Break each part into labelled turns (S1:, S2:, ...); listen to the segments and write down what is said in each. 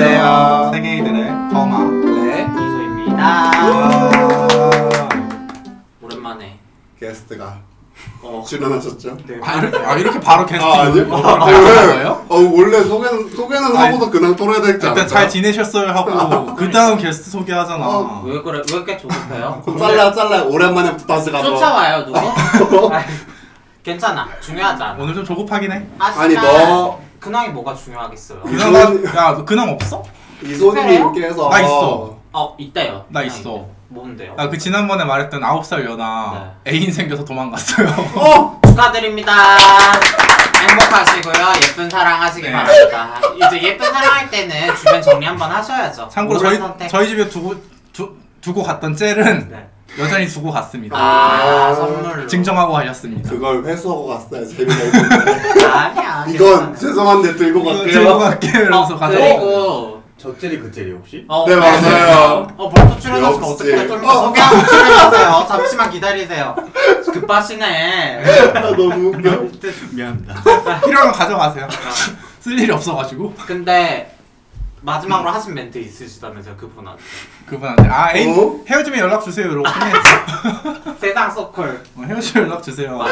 S1: 네.
S2: 아, 네.
S1: 네, 게스트가
S3: 어.
S1: 출연하셨죠?
S3: 네.
S2: 아 이렇게, 아, 이렇게 바로 게스트
S1: 아, 아니요.
S2: 바로
S1: 아,
S2: 나온
S1: 원래,
S2: 거예요?
S1: 어, 원래 소개는, 소개는
S2: 아니,
S1: 하고서 그냥 돌아야 아, 네. 되지 않을까?
S2: 일단 잘 지내셨어요 하고 그 다음 게스트 소개하잖아.
S1: 어,
S4: 왜 그래? 왜 이렇게 조급해요?
S1: 그럼 잘라, 잘라. 오랜만에 부타스가 뭐.
S4: 쫓아와요 누구? 아이, 괜찮아 중요하지 않아
S2: 오늘 좀 조급하긴 해.
S1: 아니,
S4: 하지만
S1: 너,
S4: 근황이 뭐가 중요하겠어요
S1: 그
S2: 근황
S1: 이건-
S2: 야, 너 근황 없어?
S1: 이소님께서.
S2: 나 있어.
S4: 어 있다요
S2: 나
S4: 그냥
S2: 있어.
S4: 있대요. 뭔데요?
S2: 나 그 지난번에 말했던 아홉 살 연하
S3: 네.
S2: 애인 생겨서 도망갔어요.
S1: 어!
S4: 축하드립니다 행복하시고요 예쁜 사랑
S2: 네.
S4: 하시길 바랍니다 이제 예쁜 사랑 할 때는 주변 정리 한번 하셔야죠
S2: 참고로
S4: 옳은
S2: 저희
S4: 선택.
S2: 저희 집에 두고 두, 두고 갔던 젤은
S4: 네.
S2: 여전히 두고 갔습니다.
S4: 아
S1: 아,
S4: 선물로
S2: 증정하고 하셨습니다.
S1: 그걸 회수하고 갔어요, 재미가 있는데.
S4: 아니야 어,
S1: 이건
S4: 괜찮아요.
S1: 죄송한데 들고
S2: 이거
S1: 갈게요.
S2: 어, 들고 갈게요. 이러면서
S4: 어,
S2: 가져.
S4: 그리고
S3: 적절히 그절이 혹시?
S4: 어,
S1: 네, 맞아요.
S4: 어, 벌써 출연하시면
S1: 역시.
S4: 어떻게 좀
S1: 어.
S4: 소개하고 출연하세요. 잠시만 기다리세요. 급하시네.
S1: 아, 너무 웃겨.
S2: 미안합니다. 필요하면 가져가세요. 쓸 일이 없어가지고
S4: 근데 마지막으로 하신 멘트 있으시다면서요, 그분한테.
S2: 그분한테 아 애인
S1: 어?
S2: 헤어지면 연락 주세요. 이러고 끝냈어.
S4: 세상 소콜.
S1: 그렇죠,
S2: 어, 헤어지면 연락 주세요.
S1: 와.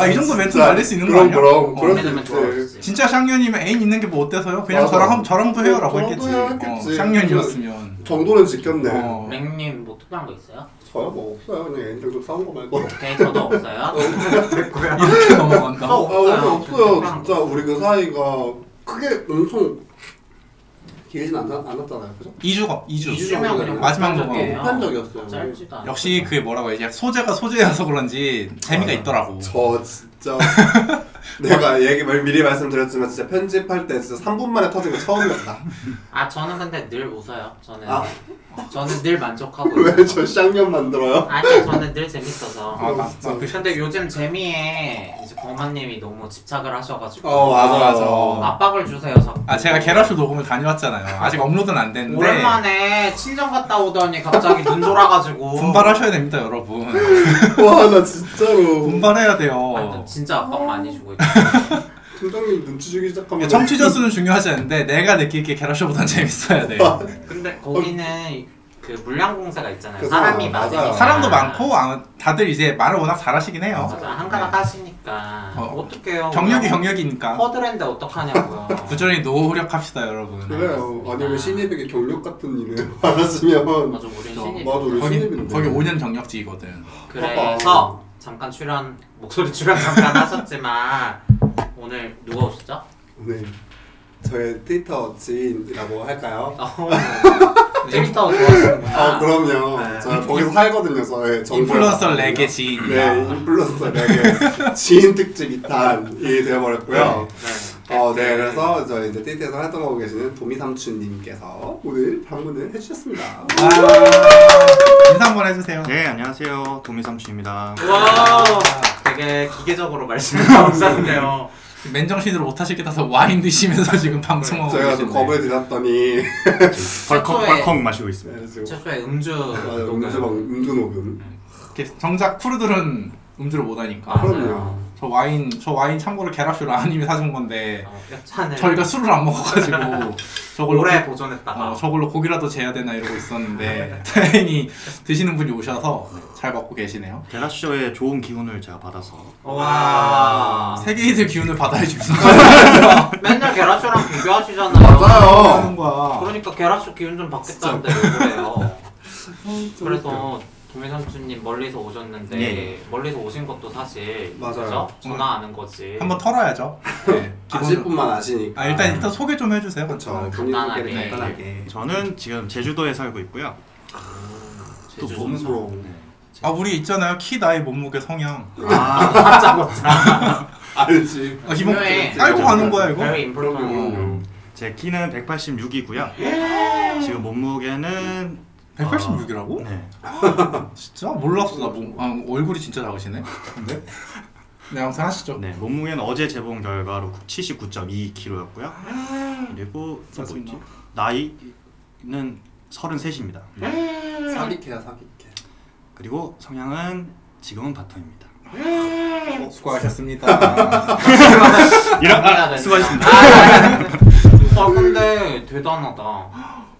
S2: 아, 이 정도 멘트
S1: 진짜.
S2: 날릴 수 있는 거
S1: 그럼,
S2: 아니야?
S1: 그럼,
S2: 어,
S1: 그럴 수
S4: 왜냐면
S1: 있지.
S4: 돌아오시지.
S2: 진짜 샹년이면 애인 있는 게 뭐 어때서요? 그냥
S1: 맞아.
S2: 저랑 한, 저랑도 해요라고
S1: 저랑도
S2: 했겠지.
S1: 해요 했겠지.
S2: 어, 샹년이었으면.
S1: 정도는 지켰네.
S2: 어.
S4: 맹님 뭐 특별한 거 있어요?
S1: 저요? 뭐 없어요. 그냥 애들 좀 싸운 거 말고.
S4: 오케이, 저도 없어요.
S3: 됐고요.
S2: 이렇게 넘어간다.
S4: 저
S1: 아, 원래
S4: 없어요.
S1: 없어요.
S4: 특별한
S1: 진짜
S4: 거.
S1: 우리 그 사이가 크게 엄청 길진 않, 않았잖아요. 그죠?
S2: 2주가 2주.
S1: 이주.
S4: 이주면 네. 그냥
S2: 마지막
S4: 극단적이에요.
S2: 먹어요.
S1: 극단적이었어요.
S4: 짧지도 않아.
S2: 역시 그게 뭐라고 해야 지 소재가 소재여서 그런지 재미가
S1: 아,
S2: 있더라고.
S1: 저 진짜 내가 얘기 말- 미리 말씀드렸지만 진짜 편집할 때 진짜 3분 만에 터진 거 처음이었다.
S4: 아, 저는 근데 늘 웃어요. 저는.
S1: 아.
S4: 어, 저는 늘 만족하고. 있어요.
S1: 왜저 쌍년 만들어요?
S4: 아니요, 저는 늘 재밌어서.
S2: 아, 나, 나 그,
S4: 근데 요즘 재미에 이제 고마님이 너무 집착을 하셔가지고
S1: 어 맞아 맞아.
S2: 어.
S4: 압박을 주세요 자꾸.
S2: 아 제가 게라쇼 녹음을 다녀왔잖아요. 아직 업로드는 안 됐는데
S4: 오랜만에 친정 갔다 오더니 갑자기 눈 돌아가지고
S2: 분발하셔야 됩니다, 여러분.
S1: 와 나 진짜로
S2: 분발해야
S4: 아니, 나
S2: 돼요.
S4: 진짜 압박 많이 주고 있어
S1: 팀장님 눈치 주기 시작하면
S2: 청취자 수는 중요하지 않은데 내가 느끼기에 게라쇼보단 재밌어야 돼. 요
S4: 근데 거기는 그 물량 공세가 있잖아요
S1: 그래서,
S4: 사람이
S1: 맞아요.
S4: 많으니까
S2: 어, 사람도 많고 아, 다들 이제 말을 워낙 잘하시긴 해요.
S4: 맞아 한가닥 하시니까
S2: 어.
S4: 어. 떻게요
S2: 경력이 경력이니까
S4: 허드랜데 어떡하냐고요
S2: 부전히 노력합시다, 여러분.
S1: 그래요. 아니면 신입에게 경력 같은 일을 받았으면
S4: 맞아 우리
S2: 저-
S4: 신입
S1: 맞아 우리
S2: 거기
S1: 신입인데.
S2: 거기 5년 경력직이거든.
S4: 그래서 잠깐 출연 목소리 출연 잠깐 하셨지만 오늘 누가 오셨죠?
S1: 네. 저의 트위터 지인이라고 할까요?
S4: 어, 트위터 좋아하시는구나
S1: 아 그럼요.
S4: 네.
S1: 저 거기서 살거든요. 저의 정보.
S2: 인플루언서 레게 지인이다.
S1: 어, 네, 인플루언서 레게 지인 특집 2탄이 되어버렸고요.
S4: 네.
S1: 어, 네, 그래서 저희 이제 띠띠에서 활동하고 계시는 도미 삼촌님께서 오늘 방문을 해주셨습니다.
S2: 아, 인사 한번 해주세요.
S5: 네, 안녕하세요. 도미삼촌입니다.
S4: 어, 와 되게 기계적으로
S1: 음.
S4: 말씀하셨는데요.
S2: 맨정신으로 못하시겠다서 와인 드시면서 지금 방송하고
S1: 저희가 좀
S2: 계신데.
S1: 겁을 드렸더니
S5: 벌컥 벌컥 마시고 있습니다.
S1: 네, 지금
S4: 최초의 음주
S1: 맞아요,
S4: 녹음. 네.
S1: 음주방 음주 녹음.
S2: 이렇게 정작 크루들은 음주를 못하니까
S4: 맞아요.
S1: 그럼요.
S2: 저 와인 저 와인 참고로 게라쇼 라님이 사준 건데
S4: 어, 협찬을
S2: 저희가 술을 안 먹어가지고 저걸로
S4: 오래
S2: 고-
S4: 보존했다가
S2: 어, 저걸로 고기라도 재야 되나 이러고 있었는데 다행히 드시는 분이 오셔서 잘 먹고 계시네요.
S5: 대라쇼의 좋은 기운을 제가 받아서
S4: 와
S1: 아.
S2: 세계인들 기운을 받아야지 무슨
S4: 맨날 게라쇼랑 비교하시잖아요.
S2: 하는 거야.
S4: 그러니까 게라쇼 기운 좀 받겠다는데 왜 그래요? 그래서 도미삼촌님 멀리서 오셨는데
S5: 예,
S4: 멀리서 오신 것도 사실
S1: 맞아요.
S4: 그죠? 전화하는 거지.
S2: 한번 털어야죠. 네,
S1: 아실
S2: 기본.
S1: 분만 아시니까.
S2: 아 일단 일단 소개 좀 해주세요.
S1: 그렇죠.
S2: 간단하게.
S1: 본인 소개를
S4: 네, 간단하게.
S1: 간단하게.
S5: 저는 지금 제주도에 살고 있고요. 네.
S1: 또
S4: 제주
S1: 몸
S4: 좀-
S1: 부러워.
S2: 아 우리 있잖아요 키 나이 몸무게 성향.
S5: 아,
S1: 알지.
S2: 아, 기본
S4: 중요해.
S2: 깔고 가는 거야 이거?
S4: Very important.
S1: 그럼요.
S5: 음. 제 키는 186이고요. 지금 몸무게는 어,
S4: 아.
S2: 186이라고?
S5: 네.
S2: 진짜 몰랐어 나 몸. 아 얼굴이 진짜 작으시네. 근데 네 아무튼 하시죠.
S5: 네, 몸무게는 어제 재본 결과로 79.2kg였고요. 그리고 또 뭐 있지? 나이는 33입니다.
S4: 네.
S1: 사기캐야 사기캐.
S5: 그리고 성향은 지금은 바텀입니다.
S2: 어, 수고하셨습니다.
S5: 이런
S4: 정리가
S5: 아,
S4: 됐네요.
S5: 수고하셨습니다.
S4: 아, 아 근데 대단하다.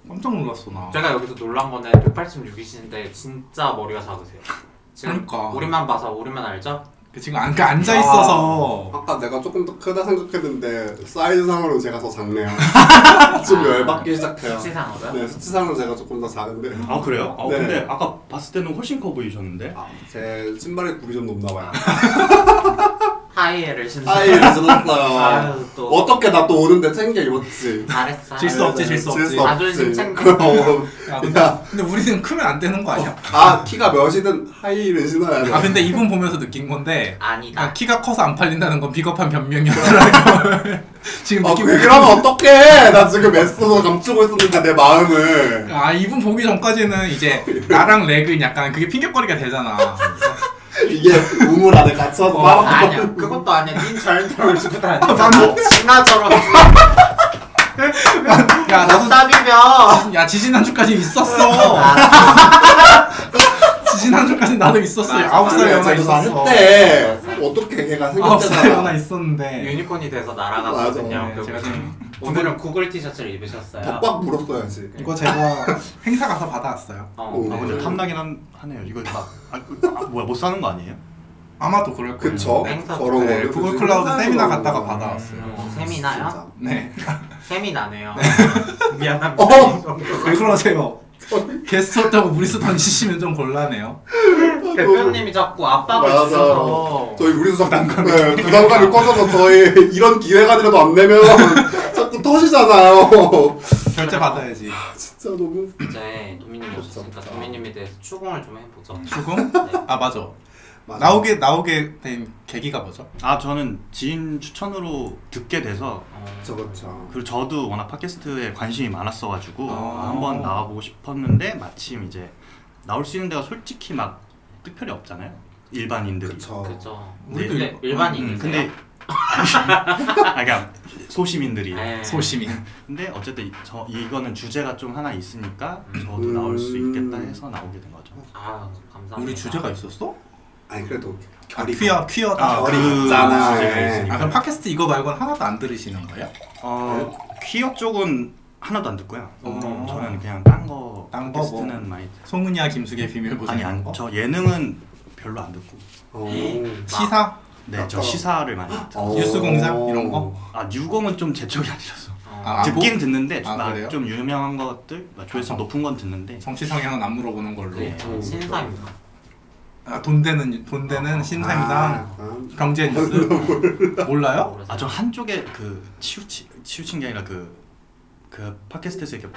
S2: 깜짝 놀랐어 나.
S4: 제가 여기서 놀란 거는 186이신데 진짜 머리가 작으세요. 지금
S2: 그러니까.
S4: 우리만 봐서 우리만 알죠?
S2: 지금 안, 그 앉아 있어서
S1: 아까 내가 조금 더 크다 생각했는데 사이즈상으로 제가 더 작네요. 좀 열받기 시작해요.
S2: 아.
S4: 수치상으로요?
S1: 네, 수치상으로 제가 조금 더 작은데
S5: 아 그래요? 아
S1: 네.
S5: 근데 아까 봤을 때는 훨씬 커 보이셨는데.
S1: 아, 제 신발에 굴이 좀 높나
S2: 아.
S1: 봐요.
S4: 하이에를 신고
S1: 아이 늦었어요.
S4: 아유 또
S1: 어떻게 나 또 오는데 챙겨 입었지?
S4: 잘했어
S2: 질수 없지,
S1: 네,
S2: 질수 없지.
S1: 질수 없지.
S4: 자존심 챙겨.
S1: 그럼 어,
S4: 아.
S2: 야, 근데,
S1: 야.
S2: 근데 우리는 크면 안 되는 거 아니야?
S1: 아 키가 몇이든 하이힐은 신어야 돼.
S2: 아 근데 이분 보면서 느낀 건데
S4: 아니다
S2: 아, 키가 커서 안 팔린다는 건 비겁한 변명이었더라고요 지금
S1: 아,
S2: 느낌
S1: 왜 그러면 어떡해? 나 지금 애써서 감추고 있었는데 내 마음을.
S2: 아 이분 보기 전까지는 이제 나랑 렉은 약간 그게 핑계거리가 되잖아
S1: 이게 우물 안에 갇혀서
S2: 어,
S1: 막
S4: 아니야 그것도 아니야 닌 절대로 주고 다니지 진화처럼
S2: 야 나도
S4: 답답이며
S2: 야 지지난주까지 있었어
S4: 아,
S2: 지지난주까지 나도 있었어
S4: 맞아.
S2: 아홉 살
S1: 아니야,
S2: 연하
S1: 쟤도 다
S2: 있었어
S1: 했대.
S4: 네.
S1: 어떻게 걔가
S2: 아홉 살 연하
S1: 생겼잖아.
S2: 있었는데
S4: 유니콘이 돼서 날아갔거든요
S2: 네,
S4: 그리고
S2: 제가 지금
S4: 오늘은 구글 티셔츠를 입으셨어요
S1: 덕박 물었어야지.
S2: 이거 제가 행사 가서 받아왔어요
S4: 어,
S1: 오.
S5: 아 근데 탐나긴 한, 하네요. 이거 막 아, 아, 뭐야 못 사는 거 아니에요?
S2: 아마도 그럴 거예요
S1: 그쵸?
S4: 행사
S1: 저런
S2: 네,
S1: 거.
S2: 구글 클라우드 세미나 갔다가 받아왔어요
S4: 음, 셈이 나요?
S2: 네
S4: 셈이 나네요 미안합니다
S1: 어!
S2: 왜 그러세요 게스트 왔다고 무리수 던지시면 좀 곤란해요
S4: 대표님이 자꾸 압박을
S1: 맞아.
S4: 주셔서
S1: 저희 우리 수석 부담감이 네,
S2: 그러니까.
S1: 부담감이 커져서 저희 이런 기획안이라도 안 내면 자꾸 터지잖아요.
S2: 결제 받아야지
S1: 진짜 너무
S4: 이제 도미님이 오셨으니까
S1: 없다.
S4: 도미님에 대해서 추궁을 좀 해보죠
S2: 죽음?
S4: 네.
S2: 아 맞아 나오게 나오게 된 계기가 뭐죠?
S5: 아 저는 지인 추천으로 듣게 돼서
S4: 어,
S1: 저거죠.
S5: 그리고 저도 워낙 팟캐스트에 관심이 많았어가지고
S2: 아.
S5: 한번 나와보고 싶었는데 마침 이제 나올 수 있는 데가 솔직히 막 특별히 없잖아요. 일반인들이.
S1: 그쵸.
S4: 그죠
S2: 우리도
S4: 근데
S2: 이거-
S5: 음,
S4: 일반인이세요?
S5: 근데 아 그냥 소시민들이.
S4: 네.
S2: 소심이
S5: 근데 어쨌든 이- 저 이거는 주제가 좀 하나 있으니까 저도
S1: 음.
S5: 나올 수 있겠다 해서 나오게 된 거죠.
S4: 아 감사합니다
S2: 우리 주제가 있었어?
S1: 아니 그래도
S2: 아,
S1: 결이
S2: 퀴어 퀴어다
S1: 아,
S5: 그
S1: 머리 있잖아.
S5: 주제가
S1: 예.
S5: 있으니까.
S2: 아 그럼 팟캐스트 이거 말고는 하나도 안 들으시는 거예요?
S5: 어, 퀴어 쪽은 하나도 안 듣고요.
S2: 네. 어.
S5: 저는 그냥 딴 거
S2: 딴거 뭐.
S5: 팟캐스트는 많이 듣-
S2: 송은이와 김숙의 비밀 어? 보장
S5: 아니 안, 저 예능은 별로 안 듣고.
S1: 어.
S2: 시사
S5: 네, 저
S1: 아까-
S5: 시사를 많이 듣고.
S1: 어.
S2: 뉴스공장 이런 거?
S5: 아, 유공은 좀 제 쪽이 아니라서.
S2: 아, 뭐?
S5: 듣긴 듣는데
S2: 아,
S5: 막
S2: 그래요? 아, 어.
S5: 좀 유명한 것들, 막 조회수 높은 건 듣는데.
S2: 정치 성향은 안 물어보는 걸로
S4: 네, 저는
S2: 그렇죠.
S4: 신사입니다
S2: 아, 돈 되는 돈 되는 신사임당
S1: 아, 아.
S2: 경제 뉴스 몰라요?
S4: 모르겠어요.
S5: 아, 저 한쪽에 그 치우치 치우친 게 아니라 그 그 팟캐스트에서 이렇게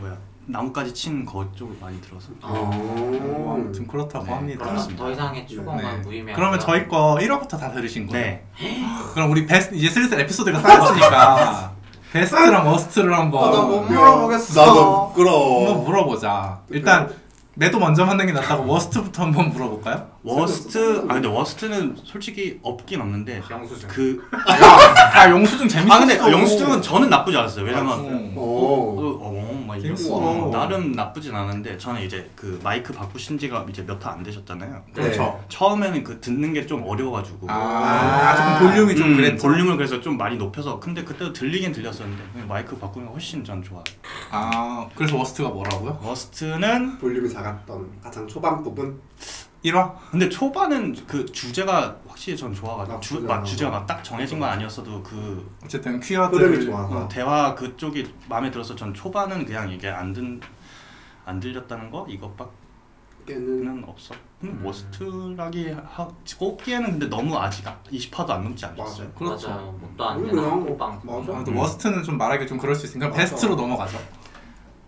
S5: 뭐야 나뭇가지 친 거 쪽을 많이 들어서.
S2: 뭐
S1: 어.
S2: 아무튼 그렇다고
S5: 네,
S2: 합니다.
S4: 그럼 더 이상의 추궁은
S2: 네.
S4: 무의미해요
S2: 그러면 저희 거 1화부터 다 들으신 거예요?
S5: 네.
S2: 그럼 우리 베스트 이제 슬슬 에피소드가 쌓였으니까 베스트랑 워스트를 한번
S1: 아,
S2: 네.
S1: 나못
S4: 물어보겠어.
S1: 나도 부끄러워.
S2: 한번 물어보자. 일단 매도 먼저 만든 게 낫다고 워스트부터 한번 물어볼까요?
S5: 워스트 아 근데 워스트는 솔직히 없긴 없는데
S4: 영수증
S5: 그
S2: 아 영수증 재밌어.
S5: 아 근데 영수증은 저는 나쁘지 않았어요. 왜냐면
S2: 어.
S5: 어,
S1: 어.
S5: 어, 막 이게
S2: 재밌어.
S5: 어, 나름 나쁘진 않은데 저는 이제 그 마이크 바꾸신 지가 이제 몇 화 안 되셨잖아요.
S1: 네.
S2: 그렇죠.
S5: 처음에는 그 듣는 게 좀 어려워가지고
S2: 아, 아, 조금 볼륨이 좀
S5: 뭐. 음,
S2: 그랬죠.
S5: 볼륨을 그래서 좀 많이 높여서 근데 그때도 들리긴 들렸었는데 그냥 마이크 바꾸는 게 훨씬 전 좋아.
S2: 아 그래서 워스트가 뭐라고요?
S5: 워스트는
S1: 볼륨이 작았던 가장 초반 부분.
S2: 1화?
S5: 근데 초반은 그 주제가 확실히 전 좋아가지고
S1: 나쁘지
S5: 주, 막
S1: 않아.
S5: 주제가 막 딱 정해진 건 아니었어도 그뭐
S2: 어쨌든
S1: 흐름이
S2: 퀴어들
S1: 좋아서.
S5: 대화 그쪽이 마음에 들어서 전 초반은 그냥 이게 안듣안 들렸다는 거 이것밖에는
S1: 깨는
S5: 없어. 음, 워스트라기 하, 꼽기에는 근데 너무 아직 20화도 안 넘지 않았어요.
S2: 그렇죠.
S4: 맞아요 뭣도 안
S1: 우리
S4: 되는 음.
S1: 그냥
S4: 한국방
S1: 맞아.
S2: 아무튼 워스트는 좀 말하기 좀 그럴 수 있으니까
S1: 맞아.
S2: 베스트로 넘어가죠.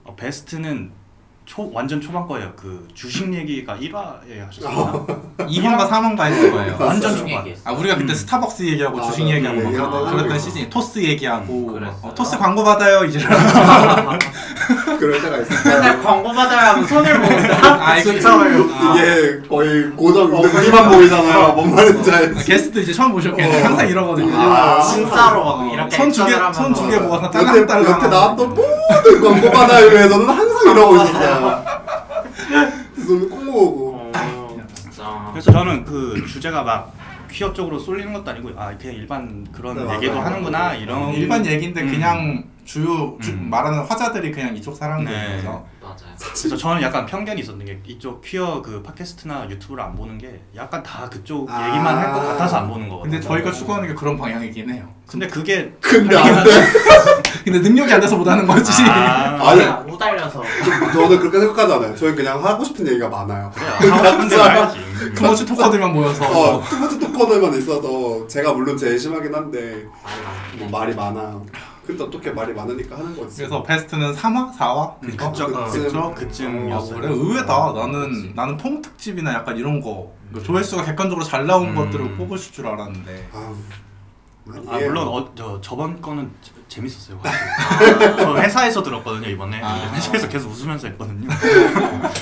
S5: 어, 베스트는 초 완전 초반 거예요. 그 주식 얘기가 1화에 하셨어요.
S2: 2화가 3화가 했을 거예요.
S5: 완전
S4: 맞아요.
S5: 초반.
S2: 아 우리가 그때 스타벅스 얘기하고
S1: 맞아.
S2: 주식 얘기하고 막
S1: 얘기하다가
S2: 그랬던
S1: 그랬어.
S2: 시즌 토스 얘기하고
S4: 음, 그랬어요.
S2: 어, 토스 광고 받아요 이제
S1: 그럴 때가
S4: 맨날
S2: 네.
S1: 있어요.
S4: 네, 광고 받아야 하면 손을 보는다
S2: 아, 이게- 아. 어, 그러니까.
S1: 이게 거의 고정 우리만 보이잖아요. 뭔 말인지 알지.
S2: 게스트 이제 처음 보셨겠네
S1: 어.
S2: 항상 이러거든요
S1: 아.
S4: 진짜로 막 이렇게
S2: 손 두개
S4: 액션을
S2: 손 두개
S4: 하면서.
S2: 모아서
S1: 여태
S2: 딸랑딸랑
S1: 여태 나왔던 모든 광고 받아요 에서는 항상 이러고 있었어요. 눈 콩모으고.
S4: 어, 진짜
S5: 그래서 저는 그 주제가 막 퀴어 쪽으로 쏠리는 것도 아니고 아 그냥 일반 그런
S1: 네,
S5: 얘기도
S1: 맞아요.
S5: 하는구나 이런
S2: 음, 일반 얘기인데
S5: 음.
S2: 그냥 주요 주,
S5: 음.
S2: 말하는 화자들이 그냥 이쪽
S5: 네.
S2: 사람들이어서
S4: 맞아요.
S5: 그래서 저는 약간 편견이 있었는 게 이쪽 퀴어 그 팟캐스트나 유튜브를 안 보는 게 약간 다 그쪽
S1: 아.
S5: 얘기만 할 것 같아서 안 보는 거거든요.
S1: 어,
S2: 근데 저희가
S1: 네.
S2: 추구하는 게 그런 방향이긴 해요.
S5: 근데 그게
S1: 근데 안 돼.
S2: 근데 능력이 안 돼서 못 하는 거지.
S5: 아,
S1: 아니.
S4: 그냥 우달려서
S1: 저는 그렇게 생각하지 않아요. 저희 그냥 하고 싶은 얘기가 많아요.
S5: 그래 하고 싶은 대로 해야지.
S2: 투머치 토커들만 모여서
S1: 어, 두 번째 토커들만 있어서 제가 물론 제일 심하긴 한데
S4: 말이
S1: 뭐 말이
S4: 많네.
S1: 많아. 근데 어떻게 말이 많으니까 하는 거지.
S2: 그래서 베스트는 3화, 4화
S5: 음, 그쵸,
S1: 어,
S5: 그쵸,
S1: 그쯤.
S2: 아,
S5: 그쯤이었어요.
S2: 그래 의외다. 나는
S4: 그치.
S2: 나는 퐁 특집이나 약간 이런 거 그러니까 조회수가 객관적으로 잘 나온
S5: 음.
S2: 것들을 뽑으실 줄 알았는데
S1: 아우,
S5: 아
S1: 아니에요.
S5: 물론 어, 저 저번 거는 제- 재밌었어요. 확실히. 저 회사에서 들었거든요 이번에
S2: 아.
S5: 회사에서 계속 웃으면서 했거든요.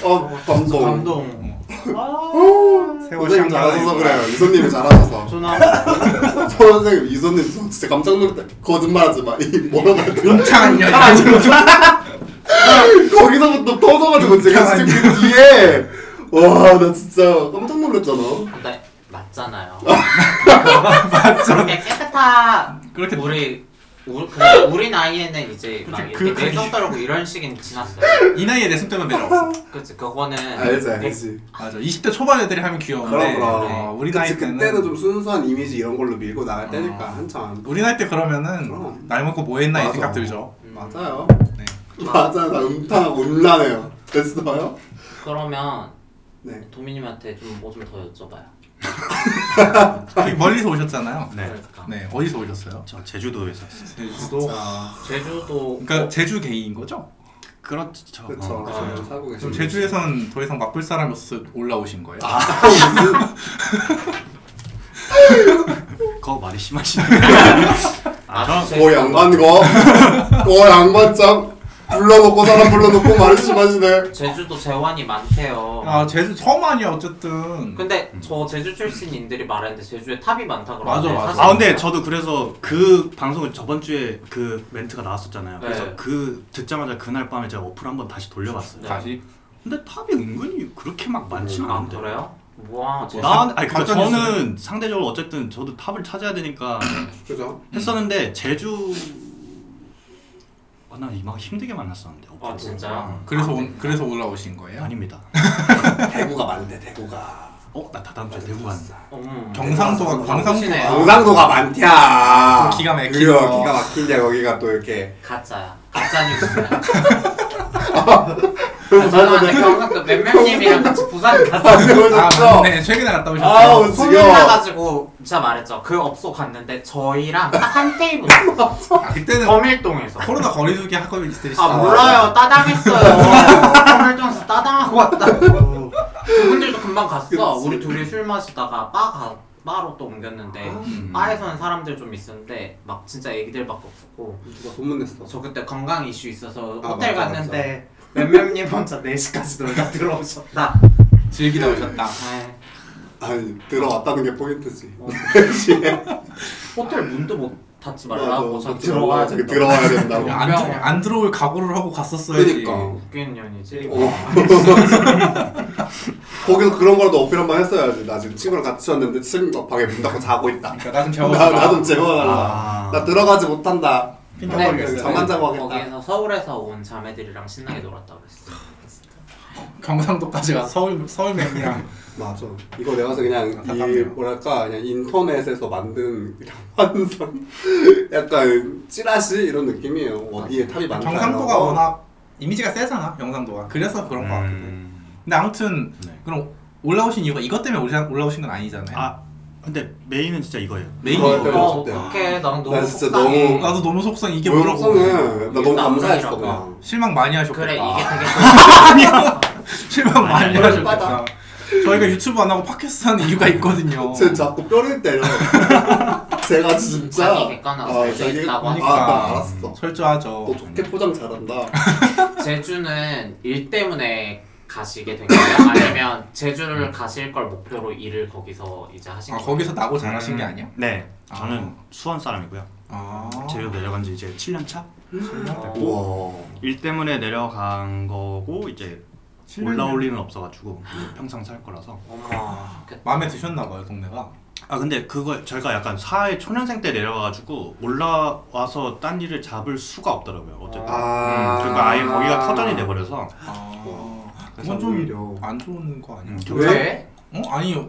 S1: 어 감동.
S4: 감동.
S1: 아.
S2: 세월
S1: 선생님
S2: 시간이
S1: 잘하셔서
S2: 가니까.
S1: 그래요. 이선님이 잘하셔서. 서
S4: 저는
S1: 선생님 이선님 저 진짜 깜짝 놀랐다. 거짓말하지 마. 이 뭐라고 해야 되나?
S2: 음탕한
S1: 아,
S2: 여자
S1: 거기서부터 터져가지고 제가 지금 그 뒤에 와 나 진짜 깜짝 놀랐잖아.
S4: 근데 맞잖아요. 그렇게 깨끗한
S2: 그렇게
S4: 우리 우, 그냥 우리 나이에는 이제 막
S2: 그렇게
S4: 이렇게
S2: 그윽하게.
S4: 내성 떨고 이런 시기는 지났어요.
S2: 이 나이에 내숨 때문에 매력 없어.
S4: 그치 그거는
S1: 아,
S4: 음,
S1: 알지 알지.
S2: 맞아. 20대 초반 애들이 하면 귀여운데
S1: 그럼 그럼.
S2: 어, 우리
S1: 그치,
S2: 나이 때는
S1: 그때는 좀 순수한 이미지 이런 걸로 밀고 나갈 때니까
S2: 어.
S1: 한참.
S2: 우리 나이 때 그러면은
S1: 그럼.
S2: 나이 먹고 뭐 했나
S1: 맞아.
S2: 이 생각 들죠.
S4: 음,
S1: 맞아요.
S2: 네.
S1: 맞아요. 나 음탕 음란해요. 됐어요?
S4: 그러면
S1: 네.
S4: 도민님한테 좀 뭐 좀 더 여쭤봐요.
S2: 되게 멀리서 오셨잖아요.
S5: 네,
S4: 그러니까
S2: 네. 어디서 오셨어요?
S5: 저 제주도에서 했어요.
S2: 제주도.
S4: 아.
S1: 자,
S4: 제주도
S2: 그러니까 제주 게이인 거죠?
S5: 그렇죠.
S1: 그쵸.
S5: 어,
S4: 그래요.
S1: 지금 살고 계신.
S2: 그럼 제주에선 더 이상 맛볼 사람이 없어서 올라오신 거예요?
S5: 그거 말이 심하시네.
S4: 아,
S5: 아, 저,
S4: 제주도.
S1: 어 양반 거. 어 양반 짱. 불러놓고 사람 불러놓고 말이 심하시네.
S4: 어, 제주도 재환이 많대요.
S2: 아 제주 섬 아니야 어쨌든.
S4: 근데 저 제주 출신인들이 말하는데 제주에 탑이 많다
S2: 맞아,
S4: 그러는데
S2: 맞아.
S4: 사실
S5: 아 근데 저도 그래서 그 방송을 저번 주에 그 멘트가 나왔었잖아요.
S4: 네.
S5: 그래서 그 듣자마자 그날 밤에 제가 어플 한번 다시 돌려봤어요.
S4: 네.
S2: 다시.
S5: 근데 탑이 은근히 그렇게 막
S2: 음.
S5: 많지는
S4: 아
S5: 않은데.
S4: 그래요? 뭐야 제주
S5: 나 아니 그러니까
S2: 갑자기
S5: 저는 상대적으로 어쨌든 저도 탑을 찾아야 되니까
S1: 그죠?
S5: 했었는데 제주 아, 나 이마 힘들게 만났었는데
S4: 아 진짜요?
S2: 음. 그래서 온- 그래서 올라오신 거예요?
S5: 아닙니다.
S1: 대구가 많대 대구가.
S5: 어 나 다다음 주에 대구 간다.
S4: 음.
S2: 경상도가
S4: 바쁘시네요.
S2: 경상도가
S1: 경상도가 많대야.
S2: 좀 기가 막히죠.
S1: 그래요, 기가 막힌데 거기가 또 이렇게.
S4: 가짜야 가짜 뉴스야 아, 저는 근데 경상도 맴맴님이랑 같이 부산
S1: 아,
S4: 가서
S1: 그거
S2: 아
S1: 좋죠.
S2: 맞네 최근에 갔다
S1: 아우,
S2: 오셨어요.
S1: 진짜.
S4: 소문 나가지고 진짜 말했죠 그 업소 갔는데 저희랑 딱 한 테이블
S2: 아, 그때는
S4: 범일동에서
S1: 아,
S2: 코로나 거리두기 하고 있으시죠?
S4: 아 몰라요 따당했어요 범일동에서 따당하고 왔다고 그분들도 금방 갔어
S1: 그치.
S4: 우리 둘이 술 마시다가 바가 바로 또 옮겼는데
S1: 아, 음.
S4: 바에서는 사람들 좀 있었는데 막 진짜 애기들밖에 없었고
S1: 누가 소문냈어.
S4: 저 그때 건강 이슈 있어서
S1: 아,
S4: 호텔
S1: 맞아,
S4: 갔는데 몇몇님 혼자 4시까지 놀다 들어오셨다
S2: 즐기다 오셨다.
S4: 네.
S1: 아니 들어왔다는 게 포인트지.
S4: 어. 호텔 문도 못 닫지 말라고 전 들어와야
S1: 뭐 들어와야
S4: 된다
S1: 들어와야 된다고.
S2: 안, 들- 안 들어올 각오를 하고 갔었어야지.
S1: 그러니까.
S4: 웃긴 년이지
S1: 어. 거기서 그런 거라도 어필 한번 했어야지. 나 지금 친구랑 같이 왔는데 친구 방에 문 닫고 자고 있다.
S2: 그러니까 나좀 재워라.
S1: 나좀 재워달라.
S5: 아.
S1: 나 들어가지 못한다.
S2: 핑크머리였어요.
S1: 네, 잠만 자고 하겠다.
S4: 네,
S1: 아,
S4: 거기에서 서울에서 온 자매들이랑 신나게 놀았다 그랬어
S2: 경상도까지 가 서울 서울 맥이랑
S1: 맞아. 이거 내가 봐서 그냥 이
S2: 안타깝네요.
S1: 뭐랄까 그냥 인터넷에서 만든 이런 환상, 약간 찌라시 이런 느낌이에요. 어디에 탑이 많다.
S2: 경상도가
S1: 이런 거.
S2: 워낙 이미지가 세잖아 경상도가. 그래서 그런 거 같기도 해.
S5: 음.
S2: 근데 아무튼
S5: 네.
S2: 그럼 올라오신 이유가 이것 때문에 올라- 올라오신 건 아니잖아요.
S5: 아 근데 메인은 진짜 이거예요.
S2: 메인
S1: 어,
S2: 이유.
S1: 어.
S4: 어
S1: 어때?
S4: 어떡해 나는
S1: 나
S4: 너무
S1: 진짜
S4: 속상해
S1: 너무-
S2: 나도 너무 속상 이게
S1: 왜
S2: 뭐라고.
S1: 속상해? 나 너무
S4: 일단
S1: 감사했어
S4: 남자니까.
S1: 그냥.
S2: 실망 많이 하셨겠다.
S4: 그래 이게
S1: 아.
S4: 되게
S2: 실망 많이
S5: 아니, 아니,
S2: 하셨겠다. 저희가 유튜브 안 하고 팟캐스트 하는 이유가 있거든요.
S1: 쟤 자꾸 뼈를 때려. 제가 진짜.
S4: 자기 객관화가 잘
S1: 자기-
S4: 돼있다고
S1: 아,
S2: 하니까.
S1: 나 알았어.
S2: 그러니까 철저하죠.
S1: 너 좋게 포장 잘한다.
S4: 제주는 일 때문에 가시게 된 거예요? 아니면 제주를
S1: 음.
S4: 가실 걸 목표로 일을 거기서 이제 하신
S2: 아
S4: 거예요?
S2: 거기서 나고 잘하신 게 아니야?
S5: 네.
S2: 아.
S5: 저는 수원 사람이고요.
S2: 아.
S5: 제주 내려간 지 이제 7년 차.
S4: 어,
S1: 우와.
S5: 일 때문에 내려간 거고 이제 올라올 리는 없어가지고 평생 살 거라서.
S4: 어머 그, 좋겠다
S2: 마음에 드셨나 봐요 동네가.
S5: 아 근데 그걸 저희가 약간 사회 초년생 때 내려가가지고 올라와서 딴 일을 잡을 수가 없더라고요 어쨌든
S1: 아.
S5: 음, 그러니까 아예 거기가 터전이 돼버려서
S2: 아,
S1: 그래서
S2: 그건 좀
S1: 오히려.
S2: 안 좋은 거 아니야?
S5: 음.
S4: 왜?
S2: 어 아니요.